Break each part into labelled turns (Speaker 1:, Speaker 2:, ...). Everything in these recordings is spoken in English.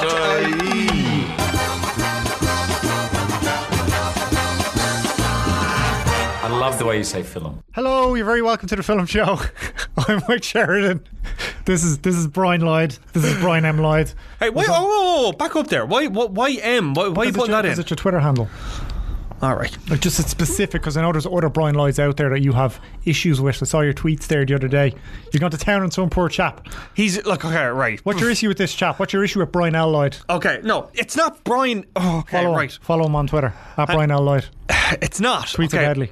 Speaker 1: entertainment.ie.
Speaker 2: I love the way you say film.
Speaker 3: Hello, you're very welcome to the film show. I'm Mike Sheridan. This is this is Brian Lloyd. This is Brian M. Lloyd.
Speaker 4: Hey, wait, oh, whoa, whoa, whoa, back up there. Why, why, why M? Why, why are you
Speaker 3: Is it
Speaker 4: putting
Speaker 3: your-
Speaker 4: that
Speaker 3: Is
Speaker 4: in?
Speaker 3: it your Twitter handle?
Speaker 4: All right.
Speaker 3: Like just it's specific because I know there's other Brian Lloyds out there that you have issues with. I saw your tweets there the other day. You're going to town on some poor chap.
Speaker 4: He's look. Okay, right.
Speaker 3: What's your issue with this chap? What's your issue with Brian L. Lloyd?
Speaker 4: Okay, no, it's not Brian. Oh, okay,
Speaker 3: Follow him.
Speaker 4: right.
Speaker 3: Follow him on Twitter at Brian L. Lloyd.
Speaker 4: It's not.
Speaker 3: Tweets
Speaker 4: okay.
Speaker 3: at Hadley.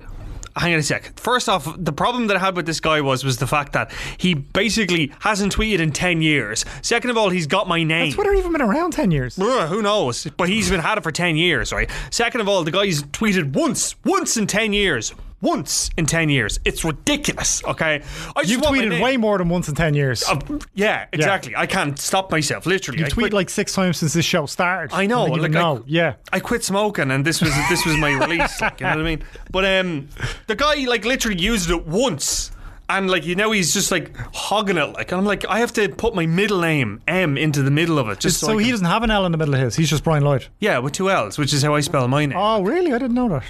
Speaker 4: Hang on a sec. First off, the problem that I had with this guy was was the fact that he basically hasn't tweeted in ten years. Second of all, he's got my name.
Speaker 3: Has Twitter even been around ten years?
Speaker 4: Ugh, who knows? But he's been had it for 10 years, right? Second of all, the guy's tweeted once, once in 10 years. Once in 10 years. It's ridiculous, okay? I just
Speaker 3: You've
Speaker 4: want my
Speaker 3: tweeted
Speaker 4: name-
Speaker 3: way more than once in ten years.
Speaker 4: Uh, yeah, exactly. I can't stop myself, literally.
Speaker 3: you
Speaker 4: I
Speaker 3: tweet
Speaker 4: quit,
Speaker 3: like six times since this show started.
Speaker 4: I know,
Speaker 3: Like, you
Speaker 4: like, I-
Speaker 3: know, yeah.
Speaker 4: I quit smoking and this was this was my release, like, you know what I mean? But um the guy like literally used it once. And like you know, he's just like hogging it. Like and I'm like, I have to put my middle name M into the middle of it, just so,
Speaker 3: So
Speaker 4: I
Speaker 3: he
Speaker 4: can-
Speaker 3: doesn't have an L in the middle of his. He's just Brian Lloyd.
Speaker 4: yeah, with two L's, which is how I spell my name.
Speaker 3: Oh, really? I didn't know that.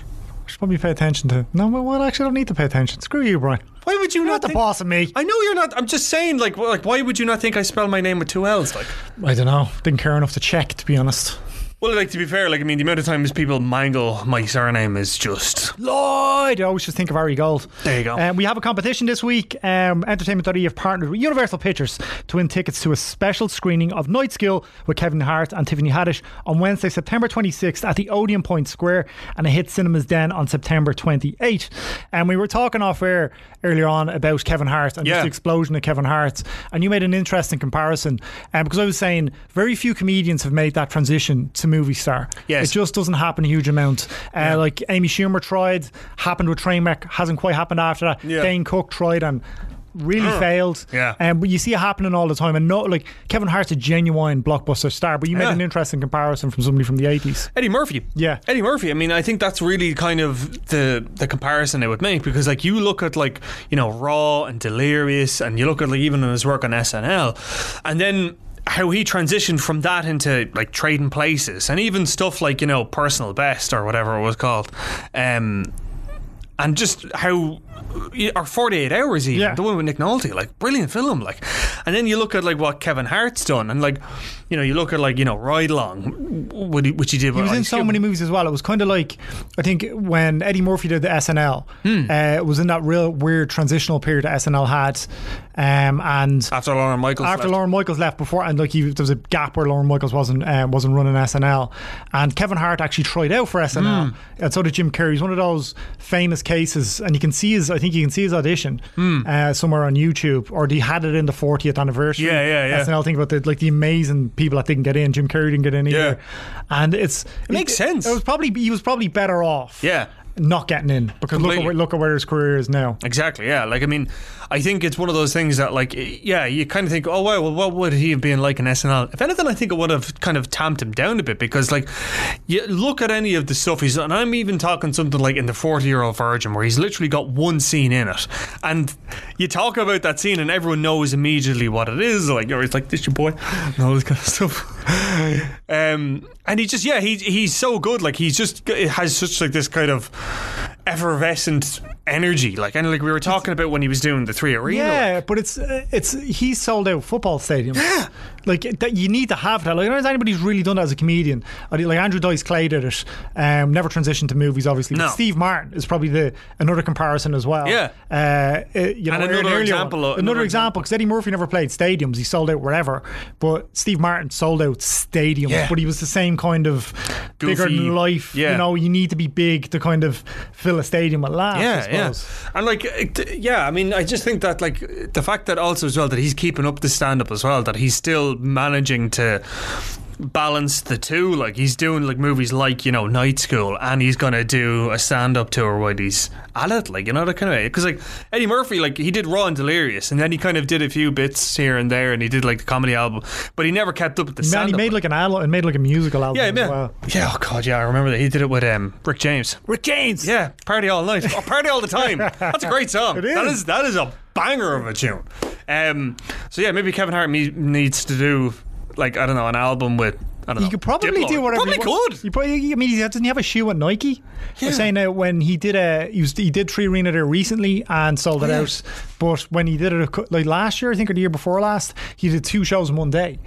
Speaker 3: I should probably pay attention to. No, well, well, actually, I don't need to pay attention. Screw you, Brian.
Speaker 4: Why would you
Speaker 3: You're
Speaker 4: not
Speaker 3: not the
Speaker 4: think-
Speaker 3: boss of me.
Speaker 4: I know you're not. I'm just saying, like, wh- like, why would you not think I spell my name with two L's? Like,
Speaker 3: I don't know. Didn't care enough to check, to be honest.
Speaker 4: well, like to be fair, like, I mean, the amount of times people mangle my surname is just.
Speaker 3: Lloyd. I always just think of Ari Gold.
Speaker 4: There you go.
Speaker 3: Um, we have a competition this week. Um, Entertainment.e have partnered with Universal Pictures to win tickets to a special screening of Night School with Kevin Hart and Tiffany Haddish on Wednesday, September 26th at the Odeon Point Square and a hit Cinemas Den on September 28th. And we were talking off air earlier on about Kevin Hart and
Speaker 4: Yeah.
Speaker 3: just the explosion of Kevin Hart. And you made an interesting comparison um, because I was saying very few comedians have made that transition to movie star.
Speaker 4: Yes.
Speaker 3: It just doesn't happen a huge amount. Uh, Like Amy Schumer tried, happened with Trainwreck, hasn't quite happened after that.
Speaker 4: Yeah.
Speaker 3: Dane Cook tried and really failed.
Speaker 4: Yeah.
Speaker 3: Um, but you see it happening all the time. And no, like Kevin Hart's a genuine blockbuster star, but you made
Speaker 4: Yeah.
Speaker 3: an interesting comparison from somebody from the 80s.
Speaker 4: Eddie Murphy.
Speaker 3: Yeah.
Speaker 4: Eddie Murphy. I mean, I think that's really kind of the the comparison I would make because like you look at like, you know, Raw and Delirious and you look at like even his work on SNL and then how he transitioned from that into like trading places and even stuff like, you know, personal best or whatever it was called. Um and just how or 48 hours even
Speaker 3: Yeah.
Speaker 4: the one with Nick Nolte like brilliant film like and then you look at like what Kevin Hart's done and like you know you look at like you know Ride Along what he- which he did
Speaker 3: He
Speaker 4: with
Speaker 3: was in
Speaker 4: Ice
Speaker 3: so
Speaker 4: Cube.
Speaker 3: many movies as well. It was kind of like, I think when Eddie Murphy did the SNL,
Speaker 4: Hmm.
Speaker 3: uh, it was in that real weird transitional period that SNL had. Um, and
Speaker 4: After Lauren Michaels.
Speaker 3: after
Speaker 4: left.
Speaker 3: Lauren Michaels left before, and like he, there was a gap where Lauren Michaels wasn't um, wasn't running SNL, and Kevin Hart actually tried out for SNL,
Speaker 4: Hmm.
Speaker 3: and so did Jim Carrey. He's one of those famous cases, and you can see his, I think you can see his audition
Speaker 4: Hmm.
Speaker 3: uh, somewhere on YouTube, or he had it in the 40th anniversary.
Speaker 4: Yeah, yeah, yeah.
Speaker 3: SNL thing about the like the amazing people that didn't get in. Jim Carrey didn't get in either, and it's it
Speaker 4: makes sense.
Speaker 3: It was probably he was probably better off.
Speaker 4: Yeah.
Speaker 3: Not getting in because look at,
Speaker 4: Completely.
Speaker 3: where- look at where his career is now.
Speaker 4: Exactly. Yeah. Like I mean, I think it's one of those things that like i- yeah, you kind of think, oh wow, well, what would he have been like in SNL? If anything, I think it would have kind of tamped him down a bit because like you look at any of the stuff he's and I'm even talking something like in the Forty Year Old Virgin where he's literally got one scene in it, and you talk about that scene and everyone knows immediately what it is. Like you know, it's like this your boy, and all this kind of stuff. um, and he just yeah, he he's so good. Like he's just g- has such like this kind of effervescent energy. Like and like we were talking about when he was doing the three arena.
Speaker 3: Yeah, but it's uh, it's he sold out football stadiums. Yeah, like that you need to have that. Like I don't know if anybody's really done that as a comedian. I think, Like Andrew Dice Clay did it. Um, never transitioned to movies, obviously. But
Speaker 4: No.
Speaker 3: Steve Martin is probably the another comparison as well.
Speaker 4: Yeah.
Speaker 3: uh, uh, you know,
Speaker 4: And
Speaker 3: an
Speaker 4: another
Speaker 3: earlier
Speaker 4: example
Speaker 3: one.
Speaker 4: of-
Speaker 3: another,
Speaker 4: another
Speaker 3: example because Eddie Murphy never played stadiums. He sold out wherever, but Steve Martin sold out stadiums.
Speaker 4: Yeah.
Speaker 3: But he was the same kind of bigger
Speaker 4: Goofy.
Speaker 3: than life.
Speaker 4: Yeah.
Speaker 3: You know, you need to be big to kind of fill a stadium with laughs. I
Speaker 4: Yeah, yeah,
Speaker 3: suppose.
Speaker 4: and like, it- yeah. I mean, I just think that like the fact that also as well that he's keeping up the stand up as well, that he's still managing to balance the two. Like he's doing like movies like you know Night School, and he's gonna do a stand up tour while he's at it. Like you know that kind of way. Because like Eddie Murphy, like he did Raw and Delirious, and then he kind of did a few bits here and there, and he did like the comedy album, but he never kept up with the
Speaker 3: Man,
Speaker 4: stand
Speaker 3: he
Speaker 4: up.
Speaker 3: made like an album and made like a musical album.
Speaker 4: yeah,
Speaker 3: as
Speaker 4: yeah,
Speaker 3: well.
Speaker 4: yeah. Oh god, yeah, I remember that he did it with um, Rick James.
Speaker 3: Rick James.
Speaker 4: Yeah, party all night. Oh, party all the time. That's a great song.
Speaker 3: It is.
Speaker 4: That is that is a banger of a tune. Um, so yeah, maybe Kevin Hart me- needs to do like I don't know, an album with I don't know.
Speaker 3: You could probably
Speaker 4: Diplo.
Speaker 3: do whatever.
Speaker 4: Probably
Speaker 3: you want.
Speaker 4: could.
Speaker 3: You probably. I mean, he doesn't he have a shoe at Nike. I was saying that when he did a, he, was, he did three arena there recently and
Speaker 4: Oh,
Speaker 3: sold it out. But when he did it a cou- like last year, I think or the year before last, he did two shows in one day.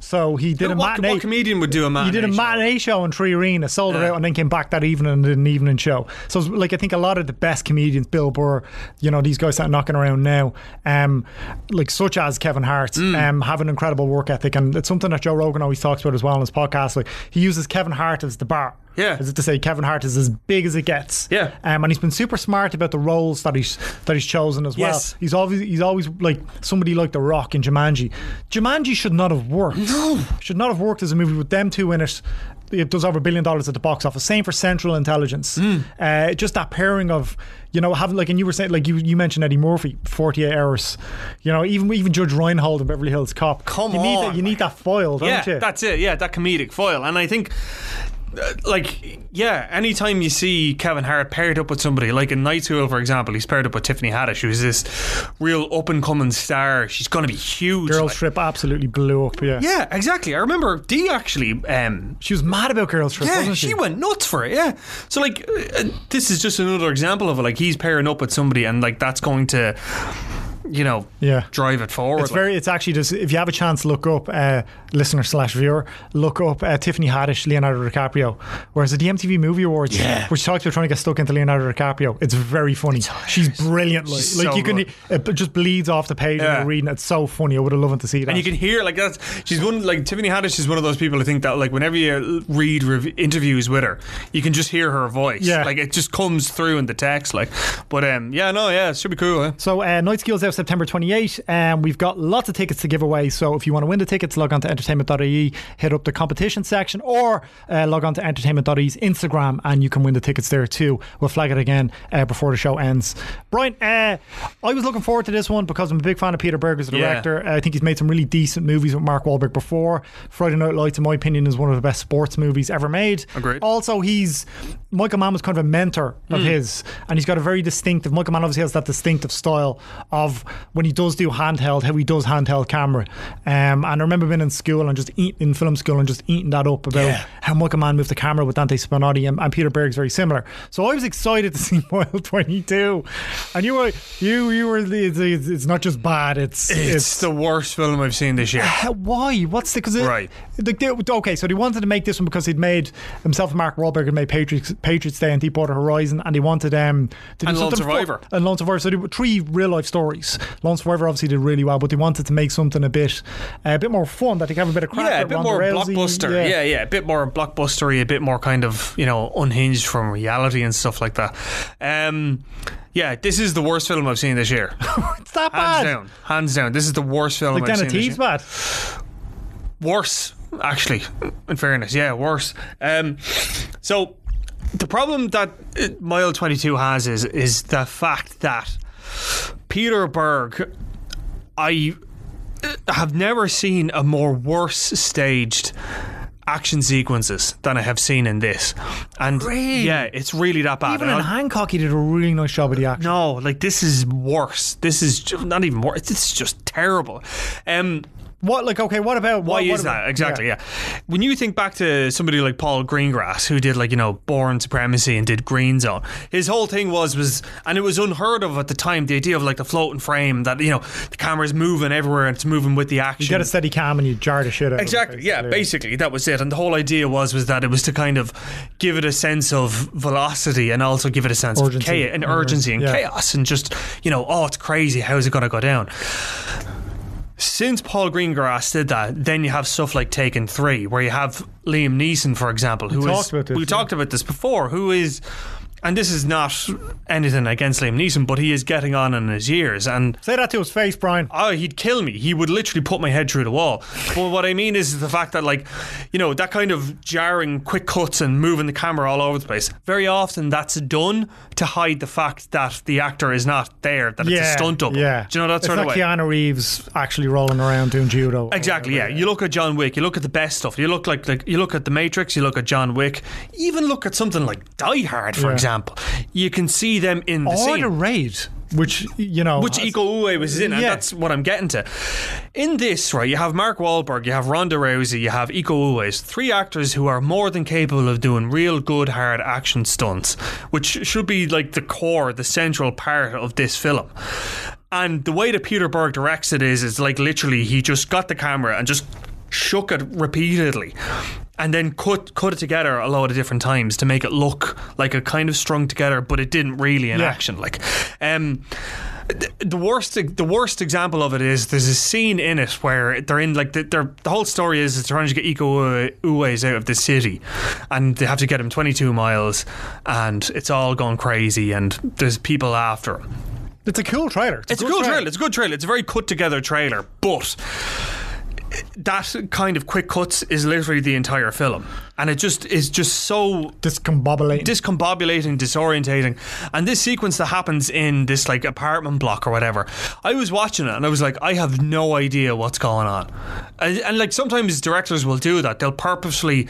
Speaker 3: So he did a
Speaker 4: what,
Speaker 3: matinee.
Speaker 4: what comedian would do a
Speaker 3: he
Speaker 4: matinee?
Speaker 3: did a
Speaker 4: show?
Speaker 3: matinee show in Tree Arena, sold it out, and then came back that evening and did an evening show. So, it's like, I think a lot of the best comedians, Bill Burr, you know, these guys that are knocking around now, um, like such as Kevin Hart,
Speaker 4: Mm.
Speaker 3: um, have an incredible work ethic, and it's something that Joe Rogan always talks about as well in his podcast. Like he uses Kevin Hart as the bar.
Speaker 4: Yeah.
Speaker 3: As if to say, Kevin Hart is as big as it gets.
Speaker 4: Yeah.
Speaker 3: Um, and he's been super smart about the roles that he's that he's chosen as well.
Speaker 4: Yes.
Speaker 3: He's always he's always like somebody like The Rock in Jumanji. Jumanji should not have worked. No, should not have worked as a movie with them two in it. It does over a billion dollars at the box office. Same for Central Intelligence.
Speaker 4: Hmm.
Speaker 3: Uh, just that pairing of you know having like and you were saying like you you mentioned Eddie Murphy, Forty Eight Hours. You know even even Judge Reinhold in Beverly Hills Cop.
Speaker 4: Come
Speaker 3: you need
Speaker 4: on,
Speaker 3: that, you need that foil, don't
Speaker 4: yeah,
Speaker 3: you?
Speaker 4: that's it. Yeah, that comedic foil. And I think, uh, like, yeah, anytime you see Kevin Hart paired up with somebody, like in Night School, for example, he's paired up with Tiffany Haddish, who's this real up and coming star. She's going to be huge.
Speaker 3: Girls
Speaker 4: like-
Speaker 3: Trip absolutely blew up. Yeah.
Speaker 4: yeah, exactly. I remember Dee actually um,
Speaker 3: She was mad about Girls Trip.
Speaker 4: Yeah,
Speaker 3: wasn't
Speaker 4: she went nuts for it. Yeah. So like, uh, this is just another example of it. Like he's pairing up with somebody, and like that's going to, you know,
Speaker 3: Yeah.
Speaker 4: drive it forward.
Speaker 3: It's very. It's actually just if you have a chance, look up uh, listener slash viewer. Look up uh, Tiffany Haddish, Leonardo DiCaprio. Whereas at the MTV Movie Awards,
Speaker 4: Yeah.
Speaker 3: which talks about trying to get stuck into Leonardo DiCaprio, it's very funny. She's brilliant. Like,
Speaker 4: She's
Speaker 3: like
Speaker 4: so
Speaker 3: you can,
Speaker 4: good.
Speaker 3: it b- just bleeds off the page when
Speaker 4: Yeah.
Speaker 3: you're reading. It's so funny. I would have loved to see that.
Speaker 4: and you can hear like that's she's one like Tiffany Haddish is one of those people I think that like whenever you read rev- interviews with her, you can just hear her voice.
Speaker 3: Yeah.
Speaker 4: like it just comes through in the text. Like, but um, yeah, no, yeah, it should be cool. Eh?
Speaker 3: so uh, Night Skills out September 28 and we've got lots of tickets to give away so if you want to win the tickets log on to entertainment.ie E, hit up the competition section or uh, log on to entertainment.ie's Instagram and you can win the tickets there too we'll flag it again uh, before the show ends Brian uh, I was looking forward to this one because I'm a big fan of Peter Berg as a
Speaker 4: Yeah.
Speaker 3: director Uh, I think he's made some really decent movies with Mark Wahlberg before Friday Night Lights in my opinion is one of the best sports movies ever made
Speaker 4: Agreed. Hmm.
Speaker 3: also, he's Michael Mann was kind of a mentor of his, and he's got a very distinctive. Michael Mann obviously has that distinctive style of when he does do handheld, how he does handheld camera. Um, and I remember being in school and just eating in film school and just eating that up about how Michael Mann moved the camera with Dante Spinotti and, and Peter Berg's very similar. So I was excited to see Mile Twenty Two, and you were you you were it's, it's, it's not just bad, it's
Speaker 4: It's, the worst film I've seen this year.
Speaker 3: how, why? What's the because
Speaker 4: Right.
Speaker 3: Like they, okay, so they wanted to make this one because he'd made himself and Mark Wahlberg had made Patriots Patriots Day and Deepwater Horizon, and they wanted um to do
Speaker 4: And Lone
Speaker 3: something fu-
Speaker 4: Survivor.
Speaker 3: and Lone Survivor. So they were three real life stories. Lone Survivor obviously did really well, but they wanted to make something a bit uh, a bit more fun that they could have a bit of crack.
Speaker 4: Yeah, a
Speaker 3: at
Speaker 4: bit
Speaker 3: Ronda
Speaker 4: more
Speaker 3: Rousey.
Speaker 4: blockbuster. Yeah. yeah, a bit more blockbustery, a bit more kind of you know unhinged from reality and stuff like that. Um, yeah, this is the worst film I've seen this year, hands
Speaker 3: it's that bad.
Speaker 4: down, hands down. This is the worst film
Speaker 3: Like
Speaker 4: I've
Speaker 3: then
Speaker 4: seen.
Speaker 3: it
Speaker 4: this
Speaker 3: is
Speaker 4: year.
Speaker 3: bad.
Speaker 4: Worse, actually. In fairness, yeah, worse. Um, so the problem that uh, Mile Twenty Two has is is the fact that Peter Berg, I uh, have never seen a more worse staged action sequences than I have seen in this. And yeah, it's really that bad.
Speaker 3: Even
Speaker 4: And
Speaker 3: in
Speaker 4: I'll-
Speaker 3: Hancock, he did a really nice job with the action.
Speaker 4: no, like this is worse. This is ju- not even worse. It's just terrible. Um,
Speaker 3: What like okay? What about
Speaker 4: why
Speaker 3: what, what
Speaker 4: is
Speaker 3: about-
Speaker 4: that exactly? Yeah. when you think back to somebody like Paul Greengrass, who did like you know Born Supremacy and did Green Zone, his whole thing was was and it was unheard of at the time. The idea of like the floating frame that you know the camera's moving everywhere and it's moving with the action.
Speaker 3: You get a steady cam and you jar the shit out. of it,
Speaker 4: Exactly. Yeah. Basically, that was it. And the whole idea was was that it was to kind of give it a sense of velocity and also give it a sense
Speaker 3: Urgency.
Speaker 4: of chaos and
Speaker 3: Yeah.
Speaker 4: urgency and
Speaker 3: Yeah.
Speaker 4: chaos and just you know, oh, it's crazy. How's it going to go down? Since Paul Greengrass did that, then you have stuff like Taken Three, where you have Liam Neeson, for example, who is
Speaker 3: talked about this,
Speaker 4: we
Speaker 3: yeah.
Speaker 4: talked about this before, who is. And this is not anything against Liam Neeson, but he is getting on in his years, and
Speaker 3: Say that to his face, Brian.
Speaker 4: oh, he'd kill me. He would literally put my head through the wall. But what I mean is the fact that, like, you know, that kind of jarring quick cuts and moving the camera all over the place, very often that's done to hide the fact that the actor is not there, that it's a stunt double.
Speaker 3: Yeah.
Speaker 4: Do you know that
Speaker 3: it's
Speaker 4: sort
Speaker 3: not
Speaker 4: of way?
Speaker 3: Keanu Reeves actually rolling around doing judo. or
Speaker 4: Exactly. Yeah. You look at John Wick. You look at the best stuff. You look like, like you look at the Matrix. You look at John Wick. Even look at something like Die Hard, for
Speaker 3: Yeah.
Speaker 4: example. You can see them in the
Speaker 3: whatever. Or
Speaker 4: scene.
Speaker 3: the raid. which you know,
Speaker 4: Which
Speaker 3: has-
Speaker 4: Iko Uwe was in, and
Speaker 3: Yeah.
Speaker 4: that's what I'm getting to. In this, right, you have Mark Wahlberg, you have Ronda Rousey, you have Iko Uwe, It's three actors who are more than capable of doing real good, hard action stunts, which should be like the core, the central part of this film. And the way that Peter Berg directs it is, is like literally he just got the camera and just shook it repeatedly and then cut cut it together a lot of different times to make it look like a kind of strung together but it didn't really in
Speaker 3: Yeah.
Speaker 4: action like um th- the worst the worst example of it is there's a scene in it where they're in like the, they're, the whole story is they're trying to get Iko Uwais out of the city and they have to get him 22 miles and it's all gone crazy and there's people after him
Speaker 3: It's a cool trailer.
Speaker 4: it's a
Speaker 3: good
Speaker 4: cool trailer. It's a good trailer. It's a very cut together trailer, but that kind of quick cuts is literally the entire film, and it just is just so
Speaker 3: Discombobulating.
Speaker 4: discombobulating, disorientating. And this sequence that happens in this like apartment block or whatever, I was watching it and I was like, I have no idea what's going on. And, and like sometimes directors will do that; they'll purposely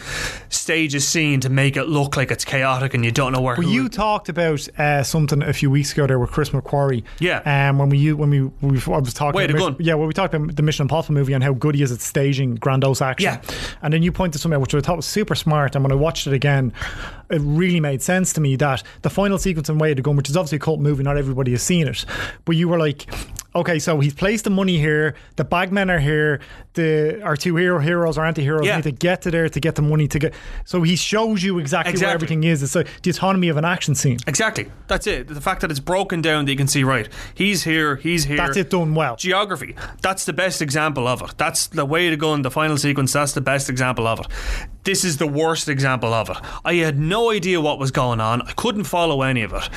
Speaker 4: stage a scene to make it look like it's chaotic and you don't know where.
Speaker 3: Well,
Speaker 4: who-
Speaker 3: you talked about uh, something a few weeks ago there with Chris McQuarrie.
Speaker 4: Yeah.
Speaker 3: Um, when we u- when we we I was talking
Speaker 4: Way
Speaker 3: about
Speaker 4: to
Speaker 3: Mission-
Speaker 4: gun.
Speaker 3: yeah, well, we talked about the Mission Impossible movie and how good he is at staging grandiose action.
Speaker 4: Yeah.
Speaker 3: And then you pointed something out which I thought was super smart, and when I watched it again, it really made sense to me that the final sequence in Way to Gun, which is obviously a cult movie, not everybody has seen it, but you were like. Okay, so he's placed the money here. The bagmen are here. The our two hero heroes, our anti-heroes,
Speaker 4: Yeah.
Speaker 3: need to get to there to get the money to get. So he shows you exactly, where
Speaker 4: Exactly.
Speaker 3: everything is. It's like the autonomy of an action scene.
Speaker 4: Exactly. That's it. The fact that it's broken down that you can see right. He's here, he's here.
Speaker 3: That's it done well.
Speaker 4: Geography. That's the best example of it. That's the way to go in the final sequence. That's the best example of it. This is the worst example of it. I had no idea what was going on. I couldn't follow any of it.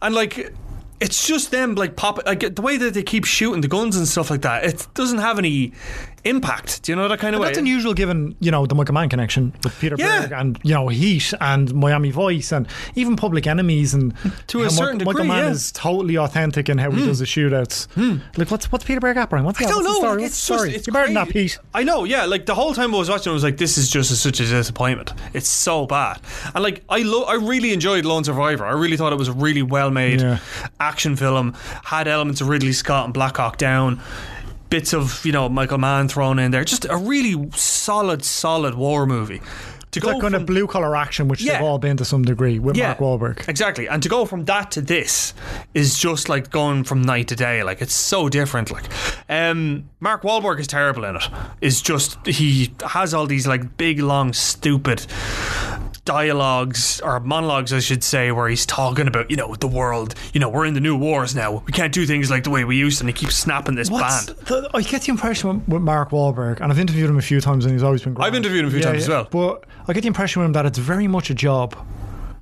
Speaker 4: And like it's just them like pop like the way that they keep shooting the guns and stuff like that. It doesn't have any impact. Do you know that kind of way?
Speaker 3: That's unusual given, you know, the Michael Mann connection with Peter
Speaker 4: Yeah.
Speaker 3: Berg and, you know, Heat and Miami Vice and even Public Enemies and
Speaker 4: To a
Speaker 3: how Mi-
Speaker 4: certain
Speaker 3: Michael
Speaker 4: degree,
Speaker 3: Mann
Speaker 4: yeah. Hmm.
Speaker 3: is totally authentic in how he does the shootouts. Like what's what's Peter Berg at, Brian? What's,
Speaker 4: I
Speaker 3: that?
Speaker 4: don't
Speaker 3: what's the
Speaker 4: know.
Speaker 3: story? What's
Speaker 4: like,
Speaker 3: the
Speaker 4: it's
Speaker 3: story?
Speaker 4: Just, it's
Speaker 3: you better than that,
Speaker 4: crazy.
Speaker 3: Pete.
Speaker 4: I know. Yeah. Like the whole time I was watching, I was like, "This is just a, such a disappointment. It's so bad." And like, I lo- I really enjoyed Lone Survivor. I really thought it was a really well made
Speaker 3: Yeah.
Speaker 4: action film. Had elements of Ridley Scott and Black Hawk Down. Bits of you know Michael Mann thrown in there. Just a really solid, solid war movie. To
Speaker 3: It's like kind
Speaker 4: from-
Speaker 3: of blue collar action, which
Speaker 4: Yeah.
Speaker 3: they've all been to some degree with Mark Wahlberg.
Speaker 4: Exactly. And to go from that to this is just like going from night to day. Like it's so different. Like um Mark Wahlberg is terrible in it. Is just he has all these like big long stupid dialogues or monologues I should say where he's talking about, you know, the world, you know, we're in the new wars now. We can't do things like the way we used to and he keeps snapping this
Speaker 3: What's
Speaker 4: band.
Speaker 3: the- I get the impression with- with Mark Wahlberg, and I've interviewed him a few times, and he's always been great.
Speaker 4: I've interviewed him a few times as well.
Speaker 3: But I get the impression with him that it's very much a job.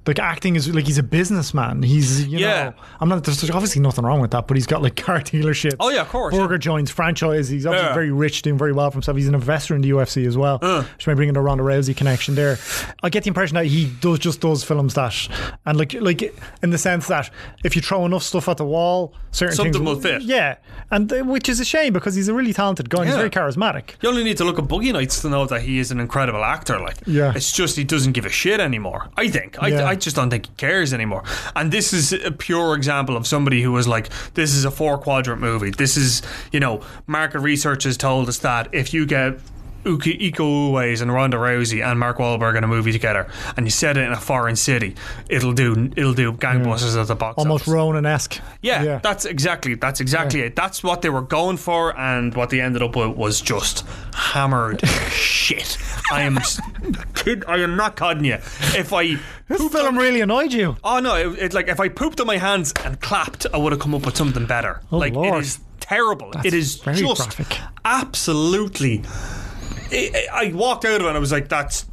Speaker 3: Like acting is like he's a businessman. He's you
Speaker 4: Yeah.
Speaker 3: know I'm not there's obviously nothing wrong with that, but he's got like car dealerships.
Speaker 4: Oh, yeah, of course,
Speaker 3: Burger joints, franchise. He's obviously
Speaker 4: Yeah. Uh.
Speaker 3: very rich, doing very well for himself. He's an investor in the UFC as well, which may bring in the Ronda Rousey connection there. I get the impression that he does just those films that, and like like in the sense that if you throw enough stuff at the wall, certain
Speaker 4: Something
Speaker 3: things
Speaker 4: will fit.
Speaker 3: Yeah, and uh, which is a shame because he's a really talented guy. and He's
Speaker 4: Yeah.
Speaker 3: very charismatic.
Speaker 4: You only need to look at Boogie Nights to know that he is an incredible actor. Like,
Speaker 3: Yeah.
Speaker 4: it's just he doesn't give a shit anymore. I think. I,
Speaker 3: Yeah.
Speaker 4: I just don't think he cares anymore. And this is a pure example of somebody who was like, this is a four quadrant movie. This is, you know, market research has told us that if you get. Uki- Iko Uwais and Ronda Rousey and Mark Wahlberg in a movie together, and you set it in a foreign city, it'll do. It'll do gangbusters at the box
Speaker 3: almost
Speaker 4: office.
Speaker 3: Ronan esque.
Speaker 4: Yeah, that's exactly that's exactly it. That's what they were going for, and what they ended up with was just hammered shit. I am s- kid. I am not cutting you. If I
Speaker 3: this film really annoyed you.
Speaker 4: oh no, it, it like if I pooped on my hands and clapped, I would have come up with something better. like
Speaker 3: Oh, Lord.
Speaker 4: it is terrible. it is
Speaker 3: very
Speaker 4: just
Speaker 3: graphic.
Speaker 4: absolutely. I, I I walked out of it and I was like, that's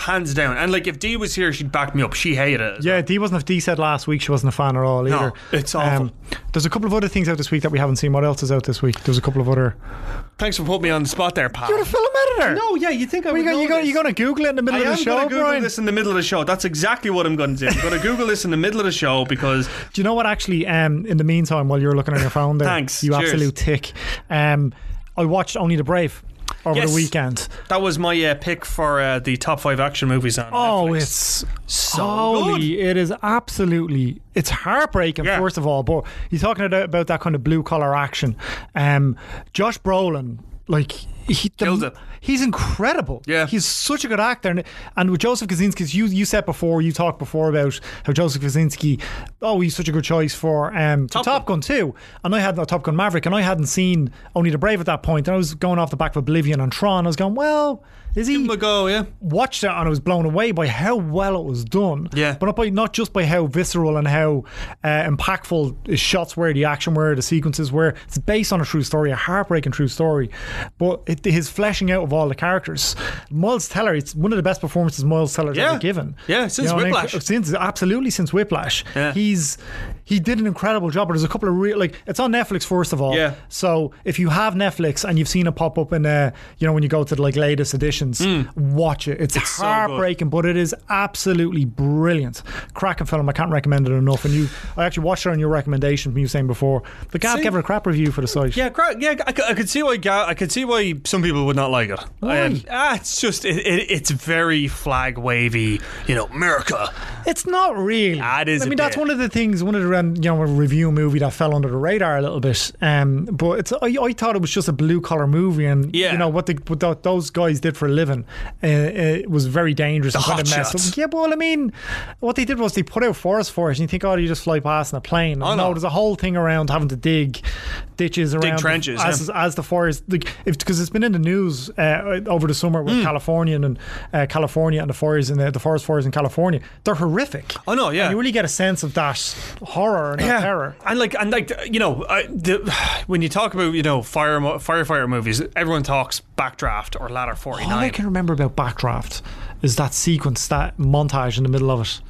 Speaker 4: hands down. And like if Dee was here, she'd back me up. She hated it. as
Speaker 3: Yeah, Dee wasn't. Dee said last week she wasn't a fan at all either. Um,
Speaker 4: it's awful.
Speaker 3: there's a couple of other things out this week that we haven't seen. What else is out this week? There's a couple of other.
Speaker 4: well. Thanks for putting me on the spot there, pal.
Speaker 3: film editor.
Speaker 4: No, yeah, you think I
Speaker 3: you
Speaker 4: would
Speaker 3: go,
Speaker 4: know
Speaker 3: you go,
Speaker 4: this.
Speaker 3: you going to Google it in the middle
Speaker 4: I
Speaker 3: of
Speaker 4: am
Speaker 3: the show,
Speaker 4: going to Google
Speaker 3: Brian?
Speaker 4: this in the middle of the show. That's exactly what I'm going to do. I'm going to Google this in the middle of the show because
Speaker 3: Do you know what? Actually, um, in the meantime, while you're looking on your phone, there,
Speaker 4: Thanks.
Speaker 3: you
Speaker 4: Cheers.
Speaker 3: absolute tick. Um, I watched Only the Brave. over
Speaker 4: Yes.
Speaker 3: the weekend.
Speaker 4: That was my uh, pick for uh, the top five action movies on
Speaker 3: Oh,
Speaker 4: Netflix. Oh,
Speaker 3: it's
Speaker 4: so
Speaker 3: holy!
Speaker 4: good.
Speaker 3: It is absolutely it's heartbreaking.
Speaker 4: Yeah.
Speaker 3: First of all, but you're talking about, about that kind of blue collar action. Um, Josh Brolin, like he the-
Speaker 4: Killed it.
Speaker 3: He's incredible.
Speaker 4: Yeah.
Speaker 3: he's such a good actor, and and with Joseph Kaczynski, 'cause you you said before, you talked before about how Joseph Kaczynski, oh, he's such a good choice for um Top,
Speaker 4: Top
Speaker 3: Top Gun too. And I had no, Top Gun Maverick, and I hadn't seen Only the Brave at that point, and I was going off the back of Oblivion and Tron. I was going, well, is he?
Speaker 4: Give 'em a go, yeah.
Speaker 3: watched it and I was blown away by how well it was done.
Speaker 4: Yeah.
Speaker 3: But not by not just by how visceral and how uh, impactful the shots were, the action were, the sequences were. It's based on a true story, a heartbreaking true story. But it, his fleshing out of all the characters, Miles Teller, it's one of the best performances Miles Teller's
Speaker 4: Yeah.
Speaker 3: ever given.
Speaker 4: Yeah, since
Speaker 3: what Uh,
Speaker 4: Whiplash.
Speaker 3: since absolutely since Whiplash.
Speaker 4: Yeah.
Speaker 3: He's he did an incredible job. But there's a couple of real like it's on Netflix first of all.
Speaker 4: Yeah.
Speaker 3: So if you have Netflix and you've seen it pop up in uh, you know when you go to the like latest editions, watch it. It's,
Speaker 4: Mm. so good.
Speaker 3: heartbreaking, but it is absolutely brilliant. Cracking film. I can't recommend it enough. And you, I actually watched it on your recommendation from you saying before. The guy
Speaker 4: See?
Speaker 3: gave it a crap review for the site.
Speaker 4: Yeah, gra- yeah, I, c- I could see why. Ga- I could see why some people would not like it.
Speaker 3: Why?
Speaker 4: Um, ah, it's just it, it, it's very flag wavy. You know, America.
Speaker 3: It's not really.
Speaker 4: Ah, it is
Speaker 3: I
Speaker 4: a
Speaker 3: mean, that's
Speaker 4: bit.
Speaker 3: one of the things, one of the um, you know a review movie that fell under the radar a little bit. Um, but it's I, I thought it was just a blue collar movie, and
Speaker 4: Yeah.
Speaker 3: you know what, the, what tho- those guys did for a living uh, it was very dangerous. The
Speaker 4: hot shots.
Speaker 3: Yeah, well, I mean, what they did was they put out forest fires, and you think, oh, you just fly past in a plane.
Speaker 4: Oh,
Speaker 3: no,
Speaker 4: no.
Speaker 3: there's a whole thing around having to dig ditches around the-
Speaker 4: trenches,
Speaker 3: as, as the forest, like, if because it's been in the news uh, over the summer
Speaker 4: Hmm.
Speaker 3: with California and uh, California and the fires in the, the forest fires in California. They're horrific.
Speaker 4: Oh no, yeah.
Speaker 3: And you really get a sense of that horror and that terror.
Speaker 4: And like, and like, you know, I, the, when you talk about you know fire mo- firefighter movies, everyone talks backdraft or ladder forty
Speaker 3: All I
Speaker 4: nine.
Speaker 3: can remember about Backdraft is that sequence, that montage in the middle of it.